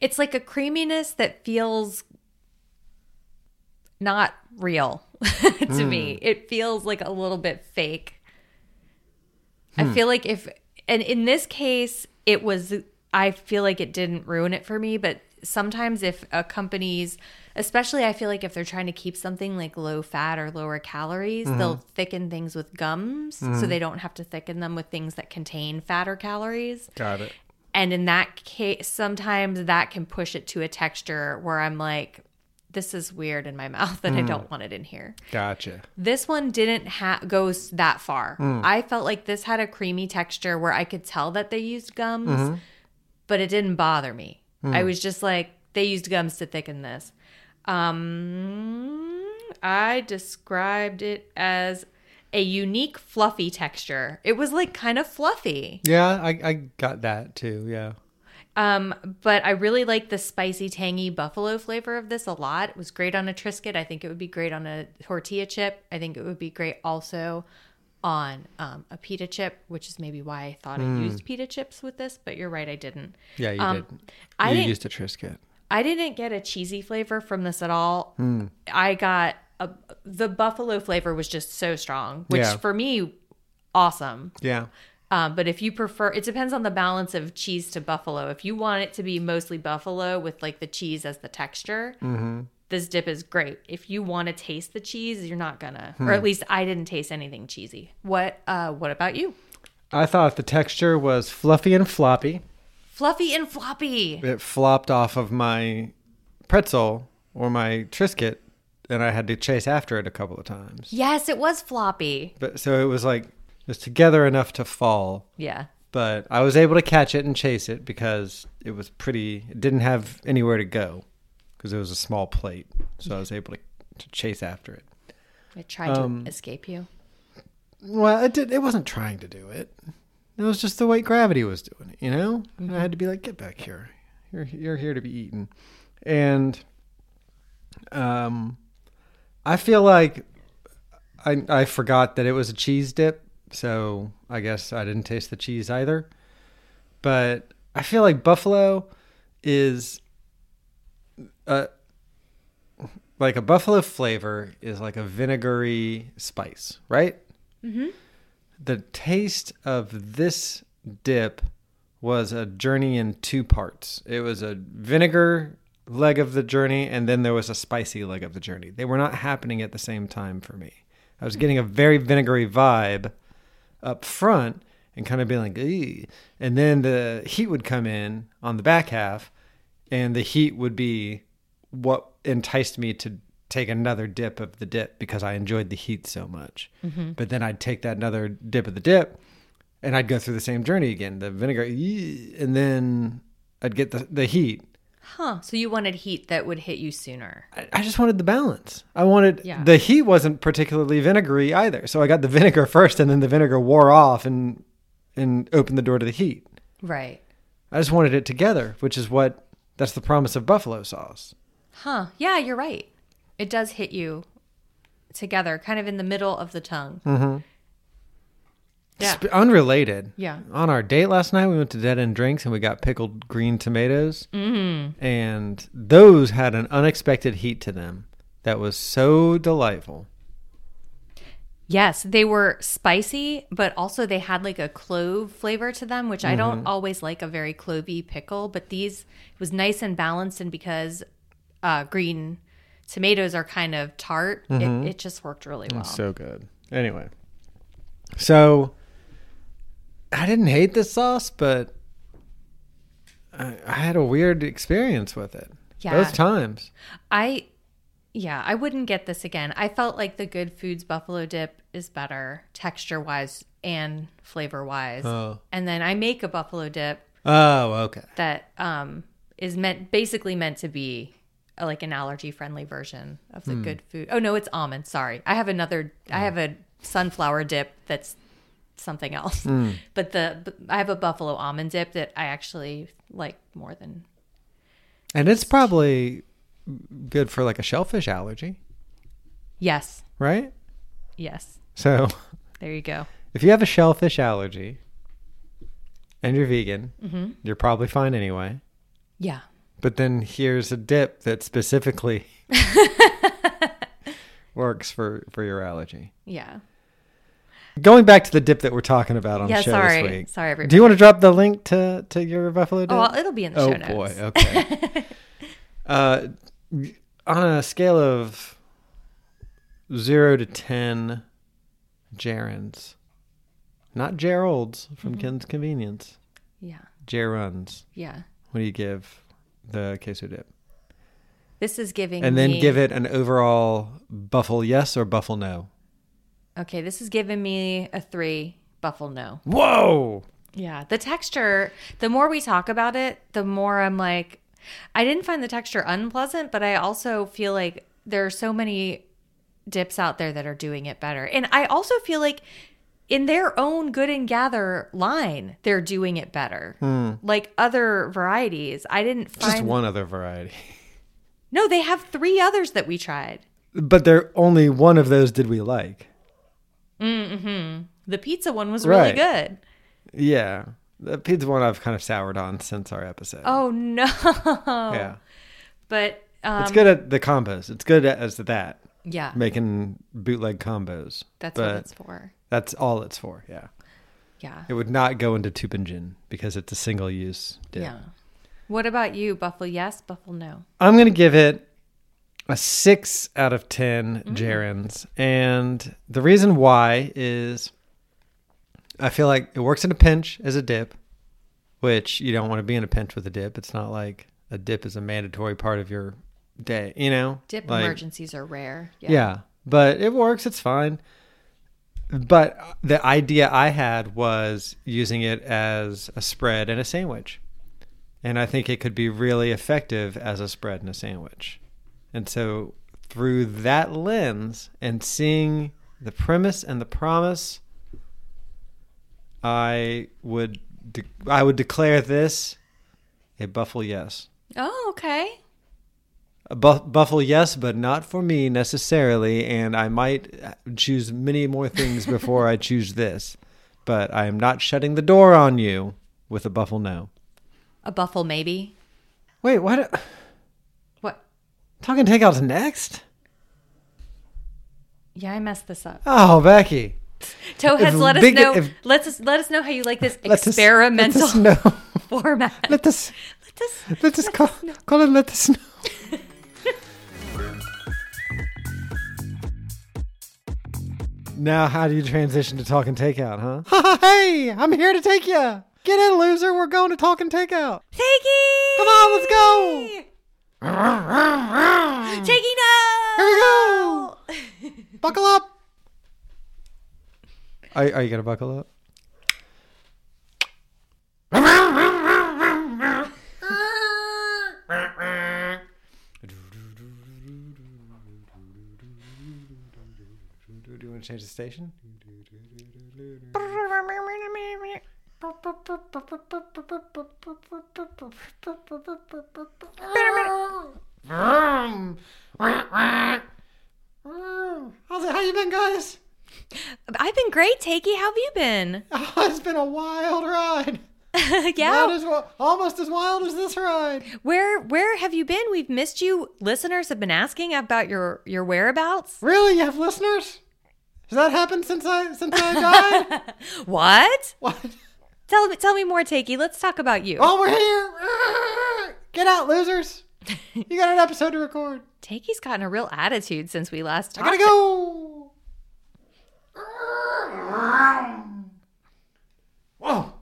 A: It's like a creaminess that feels not real to me. It feels like a little bit fake. I
G: Hmm.
A: feel like if, and in this case, it was, I feel like it didn't ruin it for me, but sometimes if a company's, especially I feel like if they're trying to keep something like low fat or lower calories,
G: Mhm.
A: they'll
B: Mm-hmm.
A: thicken things with gums so
G: Mhm.
A: they don't have to thicken them with things that contain fat or calories.
B: Got it.
A: And in that case, sometimes that can push it to a texture where I'm like, this is weird in my mouth and I
B: Mm.
A: don't want it in here.
B: Gotcha.
A: This one didn't ha- go s- that far.
B: Mm.
A: I felt like this had a creamy texture where I could tell that they used gums,
B: Mhm.
A: but it didn't bother me.
B: Mm.
A: I was just like, they used gums to thicken this. Um, I described it as a unique fluffy texture. It was like kind of fluffy.
B: Yeah, I, I got that too. Yeah.
A: Um, but I really like the spicy, tangy buffalo flavor of this a lot. It was great on a Triscuit. I think it would be great on a tortilla chip. I think it would be great also on um, a pita chip, which is maybe why I thought I
B: Mm.
A: used pita chips with this, but you're right, I didn't.
B: Yeah, you
A: Um,
B: did.
A: I
B: you
A: didn't,
B: used a Triscuit.
A: I didn't get a cheesy flavor from this at all.
B: Mm.
A: I got a, the buffalo flavor was just so strong, which
B: Yeah.
A: for me, awesome.
B: Yeah.
A: Um, but if you prefer, it depends on the balance of cheese to buffalo. If you want it to be mostly buffalo with like the cheese as the texture,
B: Mm-hmm.
A: this dip is great. If you want to taste the cheese, you're not gonna,
B: Hmm.
A: or at least I didn't taste anything cheesy. What? Uh, what about you?
B: I thought the texture was fluffy and floppy.
A: Fluffy and floppy.
B: It flopped off of my pretzel or my Triscuit, and I had to chase after it a couple of times.
A: Yes, it was floppy.
B: But so it was like it was together enough to fall.
A: Yeah.
B: But I was able to catch it and chase it because it was pretty. It didn't have anywhere to go because it was a small plate. So I was able to, to chase after it.
A: It tried
B: Um,
A: to escape you.
B: Well, it did. It wasn't trying to do it. It was just the way gravity was doing it, you know. And I had to be like, "Get back here! You're you're here to be eaten." And um, I feel like I I forgot that it was a cheese dip, so I guess I didn't taste the cheese either. But I feel like buffalo is a like a buffalo flavor is like a vinegary spice, right?
G: Mm-hmm.
B: the taste of this dip was a journey in two parts. It was a vinegar leg of the journey, and then there was a spicy leg of the journey. They were not happening at the same time for me. I was getting a very vinegary vibe up front and kind of being like, "Ew." and then the heat would come in on the back half, and the heat would be what enticed me to take another dip of the dip because I enjoyed the heat so much.
G: Mhm.
B: But then I'd take that another dip of the dip, and I'd go through the same journey again. The vinegar, "Ew," and then I'd get the, the heat.
A: Huh. So you wanted heat that would hit you sooner.
B: I just wanted the balance. I wanted
A: Yeah.
B: the heat wasn't particularly vinegary either, so I got the vinegar first, and then the vinegar wore off and and opened the door to the heat.
A: Right.
B: I just wanted it together, which is what that's the promise of buffalo sauce.
A: Huh. Yeah, you're right. It does hit you together, kind of in the middle of the tongue.
B: Mm-hmm.
A: Yeah.
B: unrelated.
A: Yeah.
B: On our date last night, we went to Dead End Drinks and we got pickled green tomatoes.
A: Mm.
B: And those had an unexpected heat to them that was so delightful.
A: Yes, they were spicy, but also they had like a clove flavor to them, which I don't
B: Mhm.
A: always like a very clovey pickle, but these it was nice and balanced and because uh, green tomatoes are kind of tart,
B: Mhm.
A: it, it just worked really well.
B: It's so good. Anyway, so I didn't hate this sauce, but I, I had a weird experience with it
A: Yeah.
B: both times.
A: I yeah, I wouldn't get this again. I felt like the good foods buffalo dip is better texture wise and flavor wise.
B: Oh.
A: And then I make a buffalo dip
B: Oh, okay.
A: that um is meant basically meant to be uh like an allergy friendly version of the
B: Hmm.
A: good food. Oh no, it's almond, sorry. I have another I have a sunflower dip that's something else.
B: Hmm.
A: But the but I have a buffalo almond dip that I actually like more than
B: And it's probably good for like a shellfish allergy,
A: Yes.
B: right?
A: Yes.
B: So
A: There you go.
B: if you have a shellfish allergy and you're vegan,
A: Mhm.
B: you're probably fine anyway.
A: Yeah.
B: But then here's a dip that specifically works for, for your allergy.
A: Yeah.
B: Going back to the dip that we're talking about on
A: Yeah,
B: the show
A: sorry.
B: this week.
A: Sorry,
B: Do you want to drop the link to, to your buffalo dip?
A: Oh, well, it'll be in the
B: oh,
A: show notes.
B: boy. Okay. uh, on a scale of zero to 10 gerunds, not Geralds from
A: Mm-hmm.
B: Ken's Convenience.
A: Yeah.
B: Gerunds.
A: Yeah.
B: What do you give the queso dip?
A: This is giving
B: and then
A: me-
B: give it an overall buffle yes or buffle no.
A: Okay, this is giving me a three. Buffle no.
B: Whoa!
A: Yeah, the texture, the more we talk about it, the more I'm like, I didn't find the texture unpleasant, but I also feel like there are so many dips out there that are doing it better. And I also feel like in their own good and gather line, they're doing it better.
B: Hmm.
A: Like other varieties, I didn't find.
B: Just one other variety.
A: No, they have three others that we tried.
B: But there only one of those did we like.
A: Mm-hmm. The pizza one was really
B: Right.
A: good.
B: Yeah. The pizza one I've kind of soured on since our episode.
A: Oh no.
B: Yeah.
A: But Oh, um,
B: it's good at the combos. It's good at, as to that.
A: Yeah.
B: Making bootleg combos.
A: That's what
B: But
A: it's for.
B: That's all it's for. Yeah.
A: Yeah.
B: It would not go into Tubingen because it's a single use dip.
A: Yeah. What about you, Buffle? Yes, Buffle? No.
B: I'm going to give it a six out of 10 gerunds. And the reason why is I feel like it works in a pinch as a dip, which you don't want to be in a pinch with a dip. It's not like a dip is a mandatory part of your day, you know?
A: Dip
B: Like-
A: emergencies are rare.
B: Yeah. But it works. It's fine. But the idea I had was using it as a spread and a sandwich. And I think it could be really effective as a spread and a sandwich. And so, through that lens and seeing the premise and the promise, I would de- I would declare this a buffle yes.
A: Oh, okay.
B: A buff- buffle, yes, but not for me necessarily. And I might choose many more things before I choose this. But I am not shutting the door on you with a buffle no.
A: A Buffle maybe.
B: Wait, what?
A: What?
B: Talking takeout's next?
A: Yeah, I messed this up.
B: Oh, Becky.
A: Toeheads,
B: If
A: let us
B: big-
A: know.
B: if-
A: let us let us know how you like this
B: Let us- let us
A: experimental
B: know.
A: format.
B: Let us. Let us call, call and let us know. Now, how do you transition to talking takeout, huh? hey, I'm here to take you. Get in, loser. We're going to talking takeout.
A: Takey!
B: Come on, let's go.
A: Takey, no.
B: Here we go. buckle up. Are, are you going to buckle up? Do you want to change the station? How's it? How you been, guys?
A: I've been great, Takey. How have you been?
B: Oh, it's been a wild ride.
A: yeah.
B: Not as wi- almost as wild as this ride.
A: Where where have you been? We've missed you. Listeners have been asking about your your whereabouts.
B: Really, you have listeners? Has that happened since I since I died?
A: What?
B: What?
A: Tell me tell me more, Takey. Let's talk about you.
B: oh, we're here. Get out, losers. You got an episode to record.
A: Takey's gotten a real attitude since we last
B: I
A: talked.
B: gotta go. Whoa.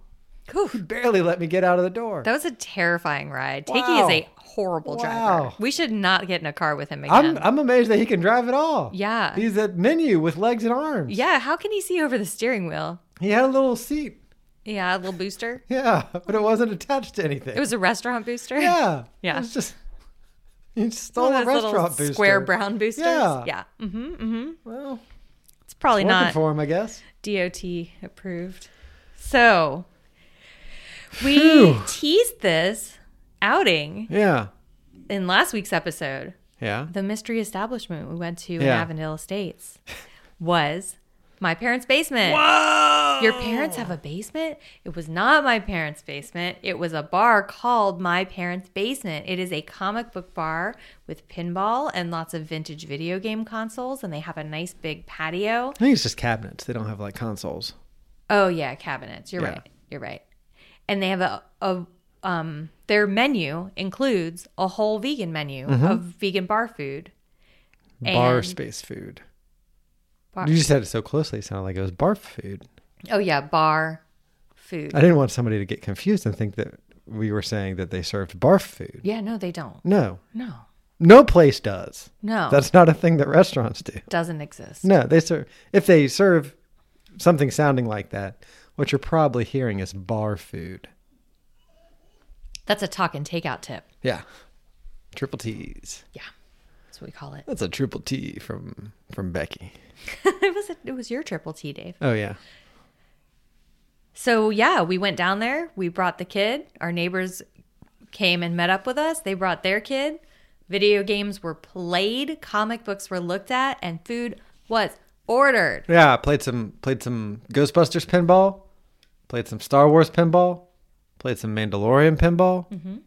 B: You barely let me get out of the door.
A: That was a terrifying ride. Takey
B: Wow.
A: is a horrible driver.
B: Wow.
A: We should not get in a car with him again.
B: I'm I'm amazed that he can drive at all.
A: Yeah.
B: He's a menu with legs and arms.
A: yeah, how can he see over the steering wheel?
B: He had a little seat.
A: Yeah, a little booster.
B: Yeah, but it wasn't attached to anything.
A: It was a restaurant booster.
B: Yeah.
A: Yeah.
B: It was just you just
A: One
B: stole
A: of those
B: a
A: little
B: restaurant booster.
A: Square brown boosters.
B: Yeah.
A: Yeah. Mm-hmm. Mm-hmm.
B: Well,
A: it's probably
B: Working
A: not
B: for him, I guess.
A: DOT approved. So we
B: Phew.
A: teased this outing
B: Yeah.
A: in last week's episode.
B: Yeah.
A: The mystery establishment we went to in
B: Yeah.
A: Avondale Estates was my parents' basement. Your parents have a basement? It was not my parents' basement. It was a bar called My Parents' Basement. It is a comic book bar with pinball and lots of vintage video game consoles, and they have a nice big patio.
B: I think it's just cabinets. They don't have like consoles.
A: Oh yeah, cabinets. You're
B: Yeah.
A: right. You're right. And they have a, a um their menu includes a whole vegan menu
B: Mhm.
A: of vegan bar food.
B: bar
A: And-
B: space food.
A: Bar-
B: You just said it so closely, it sounded like it was barf food.
A: oh yeah, bar food.
B: I didn't want somebody to get confused and think that we were saying that they served barf food.
A: Yeah, no, they don't.
B: No.
A: No.
B: No place does.
A: No.
B: That's not a thing that restaurants do.
A: Doesn't exist.
B: No, they serve if they serve something sounding like that, what you're probably hearing is bar food.
A: That's a talk and takeout tip.
B: Yeah. Triple T's.
A: Yeah. That's what we call it.
B: That's a triple T from from Becky.
A: it was a, it was your triple T, Dave.
B: Oh yeah.
A: So yeah, we went down there. We brought the kid. Our neighbors came and met up with us. They brought their kid. Video games were played. Comic books were looked at, and food was ordered.
B: Yeah, I played some played some Ghostbusters pinball, played some Star Wars pinball, played some Mandalorian pinball.
A: hmm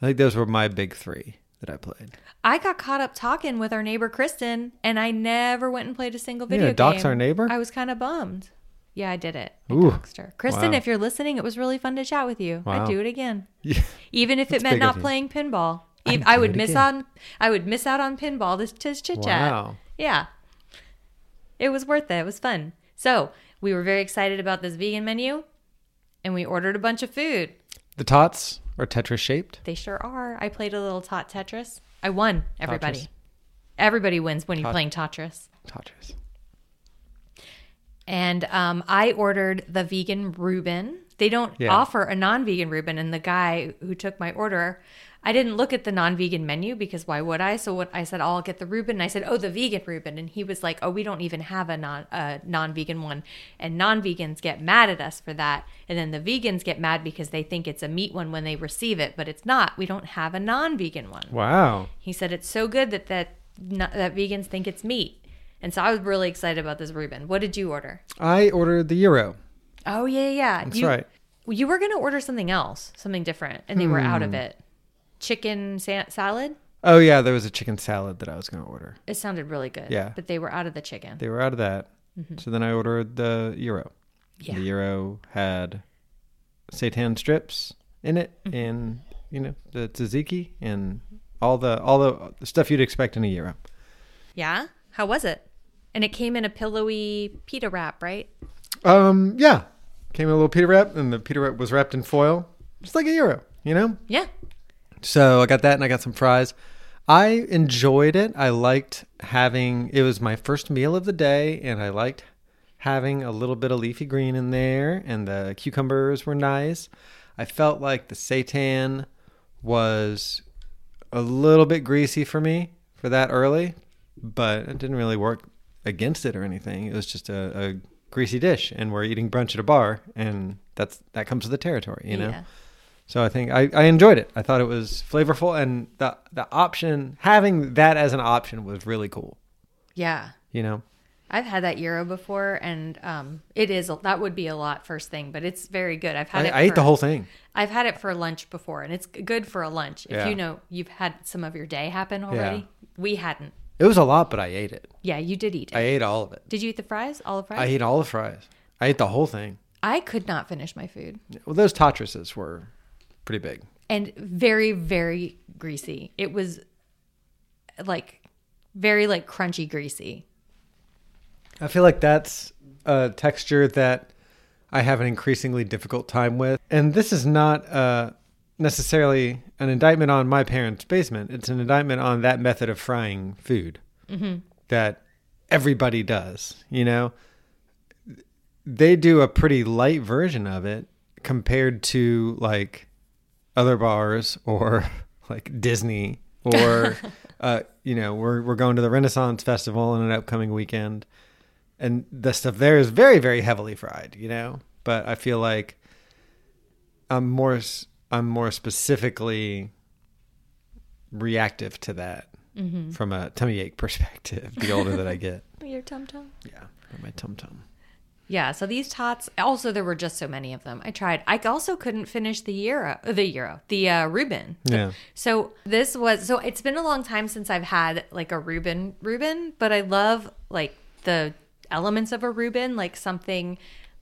B: I think those were my big 3 that I played.
A: I got caught up talking with our neighbor Kristen, and I never went and played a single video
B: Yeah, dox
A: game.
B: our neighbor?
A: I was kind of bummed. Yeah, I did it. I
B: Ooh.
A: doxed her. Kristen,
B: Wow.
A: if you're listening, it was really fun to chat with you.
B: Wow.
A: I'd do it again,
B: Yeah.
A: even if it
B: That's
A: meant
B: big
A: not
B: of you.
A: playing pinball.
B: I'd
A: Ev- I
B: do
A: would
B: it
A: miss
B: again.
A: on. I would miss out on pinball to, to chit chat.
B: Wow.
A: Yeah, it was worth it. It was fun. So we were very excited about this vegan menu, and we ordered a bunch of food.
B: The tots are Tetris shaped.
A: They sure are. I played a little tot Tetris. I won. Everybody.
B: Tetris.
A: Everybody wins when you're
B: Tot-
A: playing Tetris.
B: Tetris.
A: And um, I ordered the vegan Reuben. They don't
B: Yeah.
A: offer a non-vegan Reuben, and the guy who took my order, I didn't look at the non-vegan menu because why would I? So what I said, I'll get the Reuben. And I said, oh, the vegan Reuben, and he was like, oh, we don't even have a non a non-vegan one, and non-vegans get mad at us for that, and then the vegans get mad because they think it's a meat one when they receive it, but it's not. We don't have a non-vegan one.
B: Wow.
A: He said it's so good that that not, that vegans think it's meat. And so I was really excited about this Reuben. What did you order?
B: I ordered the euro.
A: Oh yeah, yeah.
B: That's
A: you,
B: right.
A: You were gonna order something else, something different, and they were out of
B: Hmm.
A: it. Chicken sa- salad.
B: Oh yeah, there was a chicken salad that I was going to order.
A: It sounded really good.
B: Yeah.
A: But they were out of the chicken.
B: They were out of that.
A: Mhm.
B: So then I ordered the euro.
A: Yeah.
B: The euro had seitan strips in it
A: Mm-hmm.
B: and you know the tzatziki and all the all the- the stuff you'd expect in a euro.
A: yeah. How was it? And it came in a pillowy pita wrap, right?
B: Um yeah. Came in a little pita wrap and the pita wrap was wrapped in foil. Just like a euro, you know?
A: Yeah.
B: So I got that and I got some fries. I enjoyed it. I liked having it was my first meal of the day and I liked having a little bit of leafy green in there and the cucumbers were nice. I felt like the seitan was a little bit greasy for me for that early, but it didn't really work against it or anything. It was just a, a greasy dish and we're eating brunch at a bar and that's that comes with the territory, you know.
A: Yeah.
B: So I think I, I enjoyed it. I thought it was flavorful, and the the option having that as an option was really cool.
A: Yeah.
B: You know,
A: I've had that gyro before, and um, it is that would be a lot first thing, but it's very good. I've had
B: I,
A: it.
B: I ate the
A: for-
B: whole thing.
A: I've had it for lunch before, and it's g- good for a lunch. If
B: Yeah.
A: you know you've had some of your day happen already, we hadn't.
B: It was a lot, but I ate it.
A: Yeah, you did eat it.
B: I ate all of it.
A: Did you eat the fries? All the fries?
B: I ate all the fries. I ate the whole thing.
A: I could not finish my food,
B: Well, those tatrises were pretty big.
A: and very, very greasy. It was like very like crunchy greasy.
B: I feel like that's a texture that I have an increasingly difficult time with. And this is not uh, necessarily an indictment on my parents' basement. It's an indictment on that method of frying food
G: Mhm.
B: that everybody does. You know, they do a pretty light version of it compared to like other bars or like Disney or uh, you know we're we're going to the Renaissance Festival in an upcoming weekend, and the stuff there is very very heavily fried. You know, but I feel like I'm more s- I'm more specifically reactive to that
A: Mhm.
B: from a tummy ache perspective. The older that I get,
A: Your tum tum.
B: yeah, or my tum tum.
A: Yeah, so these tots. Also, there were just so many of them. I tried. I also couldn't finish the euro, the euro, the uh, Reuben.
B: Yeah.
A: So this was so it's been a long time since I've had like a Reuben Reuben, but I love like the elements of a Reuben, like something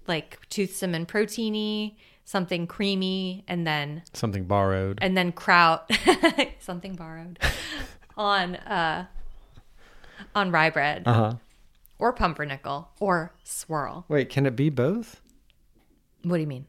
A: like toothsome and proteiny, something creamy, and then
B: Something borrowed.
A: and then kraut, something borrowed on uh on rye bread
B: Uh huh.
A: or pumpernickel or swirl.
B: Wait, can it be both?
A: What do you mean?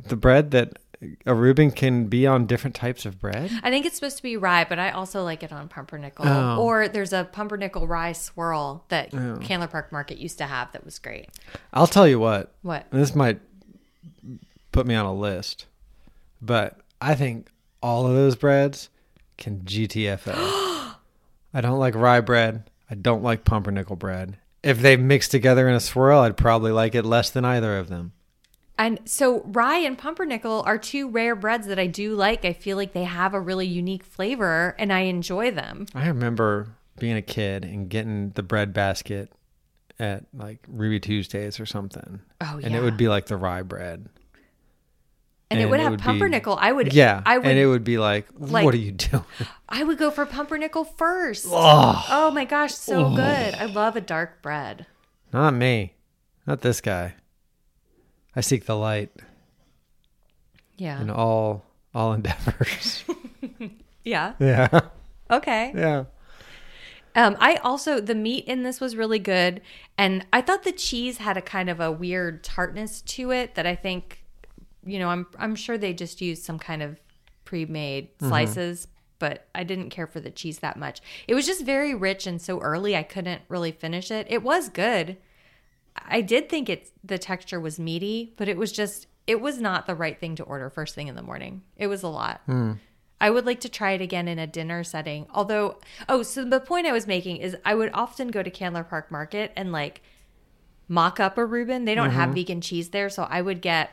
B: The bread that a Reuben can be on different types of bread?
A: I think it's supposed to be rye, but I also like it on pumpernickel.
B: Oh.
A: Or there's a pumpernickel rye swirl that
B: Oh.
A: Candler Park Market used to have that was great.
B: I'll tell you what.
A: What?
B: and This might put me on a list, but I think all of those breads can GTFO. I don't like rye bread. I don't like pumpernickel bread. If they mixed together in a swirl, I'd probably like it less than either of them.
A: And so rye and pumpernickel are two rare breads that I do like. I feel like they have a really unique flavor and I enjoy them.
B: I remember being a kid and getting the bread basket at like Ruby Tuesdays or something.
A: Oh,
B: And
A: yeah.
B: it would be like the rye bread.
A: And it would have
B: be-
A: pumpernickel. I would-
B: Yeah.
A: I would,
B: and it would be like,
A: like-
B: what are you doing?
A: I would go for pumpernickel first.
B: Ugh.
A: Oh my gosh, so
B: Ugh.
A: good. I love a dark bread.
B: Not me. Not this guy. I seek the light
A: Yeah.
B: in all all endeavors.
A: Yeah.
B: yeah.
A: Okay.
B: Yeah.
A: Um, I also the meat in this was really good, and I thought the cheese had a kind of a weird tartness to it that I think, you know, I'm I'm sure they just used some kind of pre-made
G: Mhm.
A: slices, but I didn't care for the cheese that much. It was just very rich and so early I couldn't really finish it. It was good. I did think it the texture was meaty, but it was just it was not the right thing to order first thing in the morning. It was a lot.
G: Hmm.
A: I would like to try it again in a dinner setting. Although, oh, so the point I was making is I would often go to Candler Park Market and like mock up a Reuben. They don't have
G: Mhm.
A: vegan cheese there, so I would get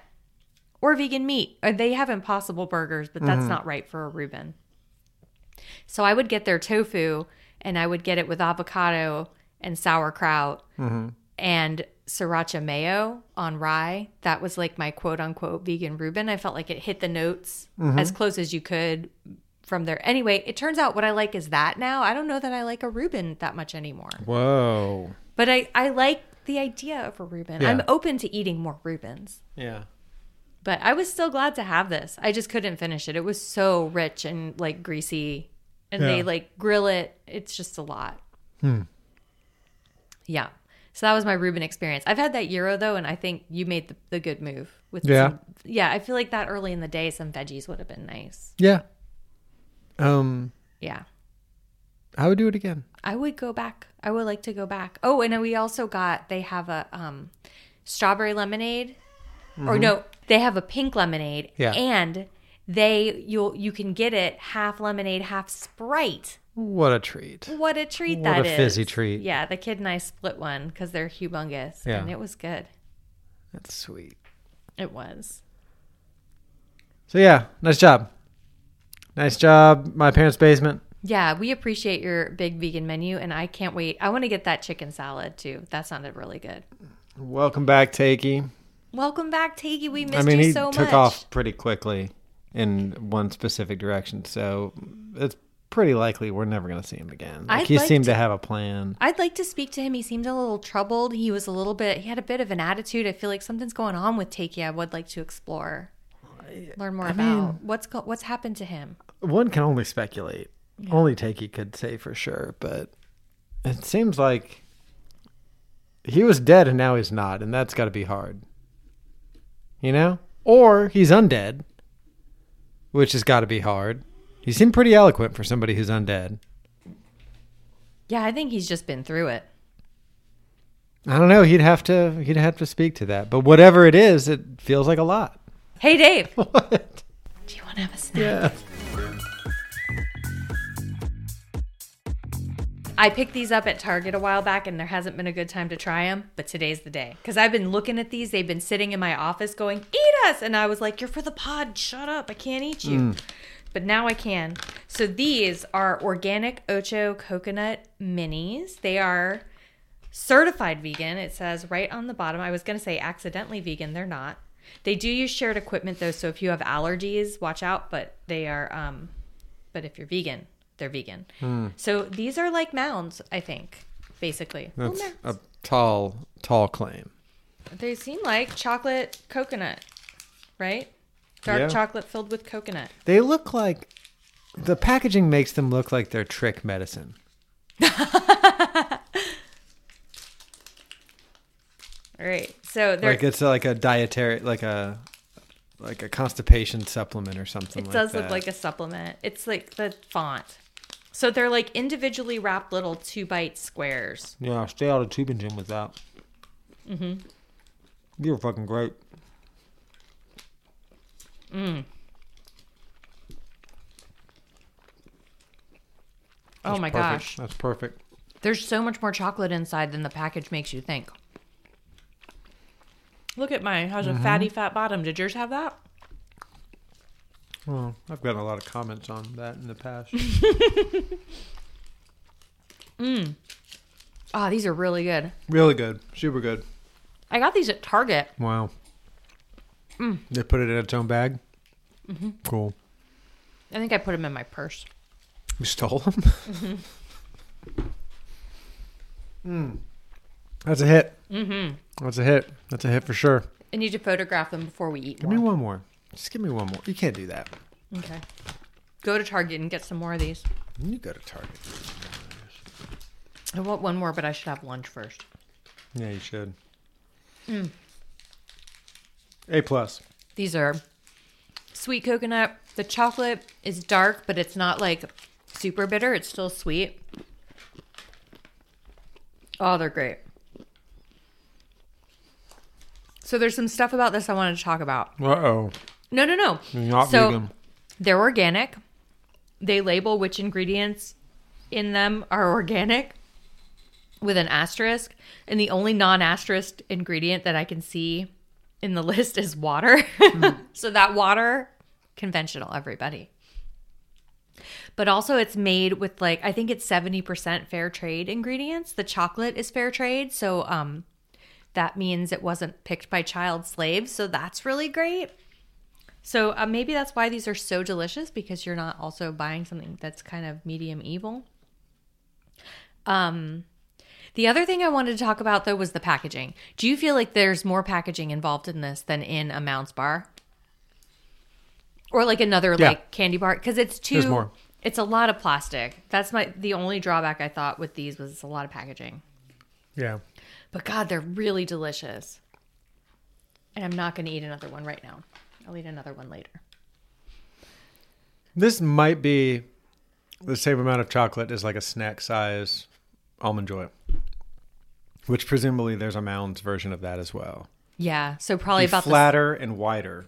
A: or vegan meat. Or they have impossible burgers, but that's
G: Mhm.
A: not right for a Reuben. So I would get their tofu and I would get it with avocado and sauerkraut
G: Mhm.
A: and sriracha mayo on rye. That was like my quote unquote vegan Reuben. I felt like it hit the notes
G: Mhm.
A: as close as you could from there. Anyway, it turns out what I like is that now. I don't know that I like a Reuben that much anymore.
B: Whoa.
A: But I, I like the idea of a Reuben. I'm
B: Yeah.
A: open to eating more Reubens.
B: Yeah.
A: But I was still glad to have this. I just couldn't finish it. It was so rich and like greasy. And they
G: Yeah.
A: like grill it. It's just a lot.
G: Hmm.
A: Yeah. So that was my Reuben experience. I've had that Euro though, and I think you made the, the good move with
B: Yeah.
A: some- yeah, I feel like that early in the day some veggies would have been nice.
B: Yeah. Um
A: Yeah.
B: I would do it again.
A: I would go back. I would like to go back. Oh, and we also got they have a um strawberry lemonade. Or
B: Mm-hmm.
G: Mhm.
A: no, they have a pink lemonade.
G: Yeah.
A: And they you'll you can get it half lemonade, half sprite.
B: What a treat.
A: What a treat
B: What
A: that is!
B: a fizzy treat.
A: Yeah, the kid and I split one because they're humongous.
B: Yeah.
A: And it was good.
B: That's sweet.
A: It was.
B: So yeah, nice job. Nice job, my parents' basement.
A: Yeah, we appreciate your big vegan menu and I can't wait. I want to get that chicken salad too. That sounded really good.
B: Welcome back, Takey.
A: Welcome back, Taggy. We missed
B: I mean,
A: you
B: he
A: so
B: took
A: much.
B: off pretty quickly in one specific direction, so it's pretty likely we're never going to see him again. Like
A: I'd
B: he
A: like
B: seemed to,
A: to-
B: have a plan.
A: I'd like to speak to him. He seemed a little troubled. He was a little bit, he had a bit of an attitude. I feel like something's going on with Takey. I would like to explore, learn more
B: I
A: about
B: mean-
A: what's go- what's happened to him.
B: One can only speculate. Only Takey could say for sure, but it seems like he was dead and now he's not, and that's got to be hard. You know? Or he's undead, which has got to be hard. He seemed pretty eloquent for somebody who's undead.
A: Yeah, I think he's just been through it.
B: I don't know. He'd have to. He'd have to speak to that. But whatever it is, it feels like a lot.
A: Hey, Dave. What? Do you want to have a snack? I picked these up at Target a while back and there hasn't been a good time to try them, but today's the day. Because I've been looking at these. They've been sitting in my office going, eat us. And I was like, you're for the pod. Shut up. I can't eat you.
G: Mm.
A: But now I can. So these are organic Ocho coconut minis. They are certified vegan. It says right on the bottom. I was going to say accidentally vegan. They're not. They do use shared equipment though. So if you have allergies, watch out. But they are, um, but if you're vegan, they're vegan.
B: Hmm.
A: So these are like mounds, I think, basically. Well,
B: That's uh, a tall, tall claim.
A: no, they seem like chocolate coconut, right? Dark
B: Yeah.
A: chocolate filled with coconut.
B: They look like the packaging makes them look like they're trick medicine.
A: All right. So they're
B: Like it's like a dietary, like a like a constipation supplement or something.
A: It
B: like
A: does
B: that.
A: look like a supplement. It's like the font. So they're like individually wrapped little two bite squares.
B: Yeah, stay out of tube and gym with that.
A: Mm-hmm. Oh
B: You were fucking great.
A: Mm. Oh
B: That's
A: my
B: perfect.
A: gosh.
B: that's perfect.
A: There's so much more chocolate inside than the package makes you think. Look at mine. How's a
B: Mhm.
A: fatty fat bottom? Did yours have that?
B: Well, I've gotten a lot of comments on that in the past.
A: Mm. Oh, these are really good.
B: really good, super good.
A: I got these at Target.
B: Wow.
A: Mm.
B: They put it in its own bag.
A: Mhm.
B: Cool.
A: I think I put them in my purse.
B: You stole them.
A: Mm-hmm.
B: Hmm. That's a hit.
A: Mhm.
B: That's a hit. That's a hit for sure.
A: I need to photograph them before we eat
B: Give
A: more.
B: me one more. Just give me one more. You can't do that.
A: Okay. Go to Target and get some more of these.
B: You go to Target.
A: I want one more, but I should have lunch first.
B: Yeah, you should.
A: Mm.
B: A plus.
A: These are sweet coconut. The chocolate is dark, but it's not like super bitter. It's still sweet. Oh, they're great. So there's some stuff about this I wanted to talk about.
B: Uh oh.
A: No, no, no.
B: You're not
A: so
B: vegan.
A: they're organic. They label which ingredients in them are organic with an asterisk, and the only non-asterisk ingredient that I can see in the list is water. so that water conventional everybody. But also it's made with like I think it's 70% fair trade ingredients. The chocolate is fair trade, so um that means it wasn't picked by child slaves, so that's really great. So uh, maybe that's why these are so delicious because you're not also buying something that's kind of medium evil. Um, the other thing I wanted to talk about though was the packaging. Do you feel like there's more packaging involved in this than in a Mounds bar, or like another
B: Yeah.
A: like candy bar? Because it's
B: There's
A: too.
B: more.
A: It's a lot of plastic. That's my the only drawback I thought with these was it's a lot of packaging.
B: Yeah.
A: But God, they're really delicious. And I'm not going to eat another one right now. I'll eat another one later.
B: This might be the same amount of chocolate as like a snack size almond joy, which presumably there's a Mounds version of that as well.
A: Yeah, so probably
B: Be
A: about the-
B: flatter and wider.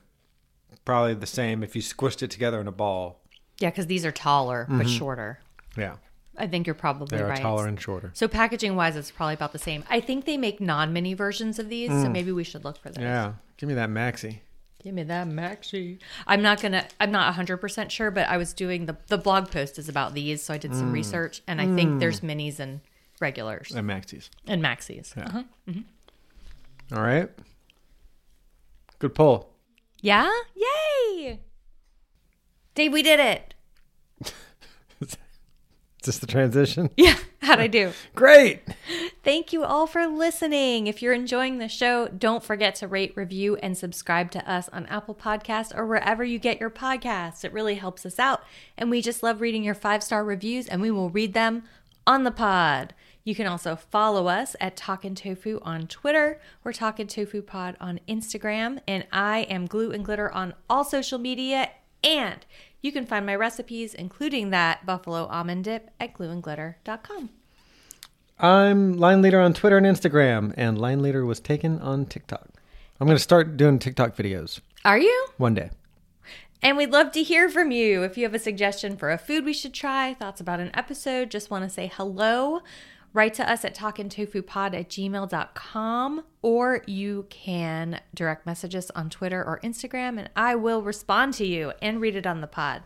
B: Probably the same if you squished it together in a ball.
A: Yeah, because these are taller but
B: Mhm.
A: shorter.
B: Yeah.
A: I think you're probably
B: They are
A: right.
B: taller and shorter.
A: So packaging wise, it's probably about the same. I think they make non mini versions of these, so
B: Mm.
A: maybe we should look for them.
B: Yeah. Give me that maxi.
A: Give me that maxi. I'm not gonna. I'm not 100 percent sure, but I was doing the the blog post is about these, so I did some
B: Mm.
A: research, and I
B: Mm.
A: think there's minis and regulars
B: And maxis.
A: and maxis.
B: Yeah.
A: Uh-huh. Mhm.
B: All right. Good pull.
A: Yeah. Yay! Dave, we did it.
B: Is this the transition?
A: Yeah. How'd I do?
B: Great.
A: Thank you all for listening. If you're enjoying the show, don't forget to rate, review, and subscribe to us on Apple Podcasts or wherever you get your podcasts. It really helps us out. And we just love reading your five star reviews, and we will read them on the pod. You can also follow us at Talkin' Tofu on Twitter. We're Talkin' Tofu Pod on Instagram. And I am Glue and Glitter on all social media. And you can find my recipes, including that buffalo almond dip, at glueandglitter.com.
B: I'm line leader on Twitter and Instagram, and line leader was taken on TikTok. I'm going to start doing TikTok videos
A: Are you?
B: one day.
A: And we'd love to hear from you. If you have a suggestion for a food we should try, thoughts about an episode, just want to say hello, write to us at talkintofupod at gmail.com or you can direct message us on Twitter or Instagram and I will respond to you and read it on the pod.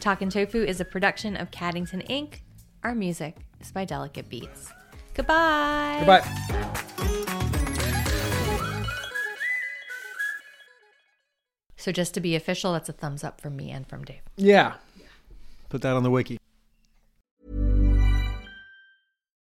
A: Talkin' Tofu is a production of Caddington Inc. Our music is by Delicate Beats. Goodbye.
B: Goodbye.
A: So just to be official, that's a thumbs up from me and from Dave.
B: Yeah. Put that on the wiki.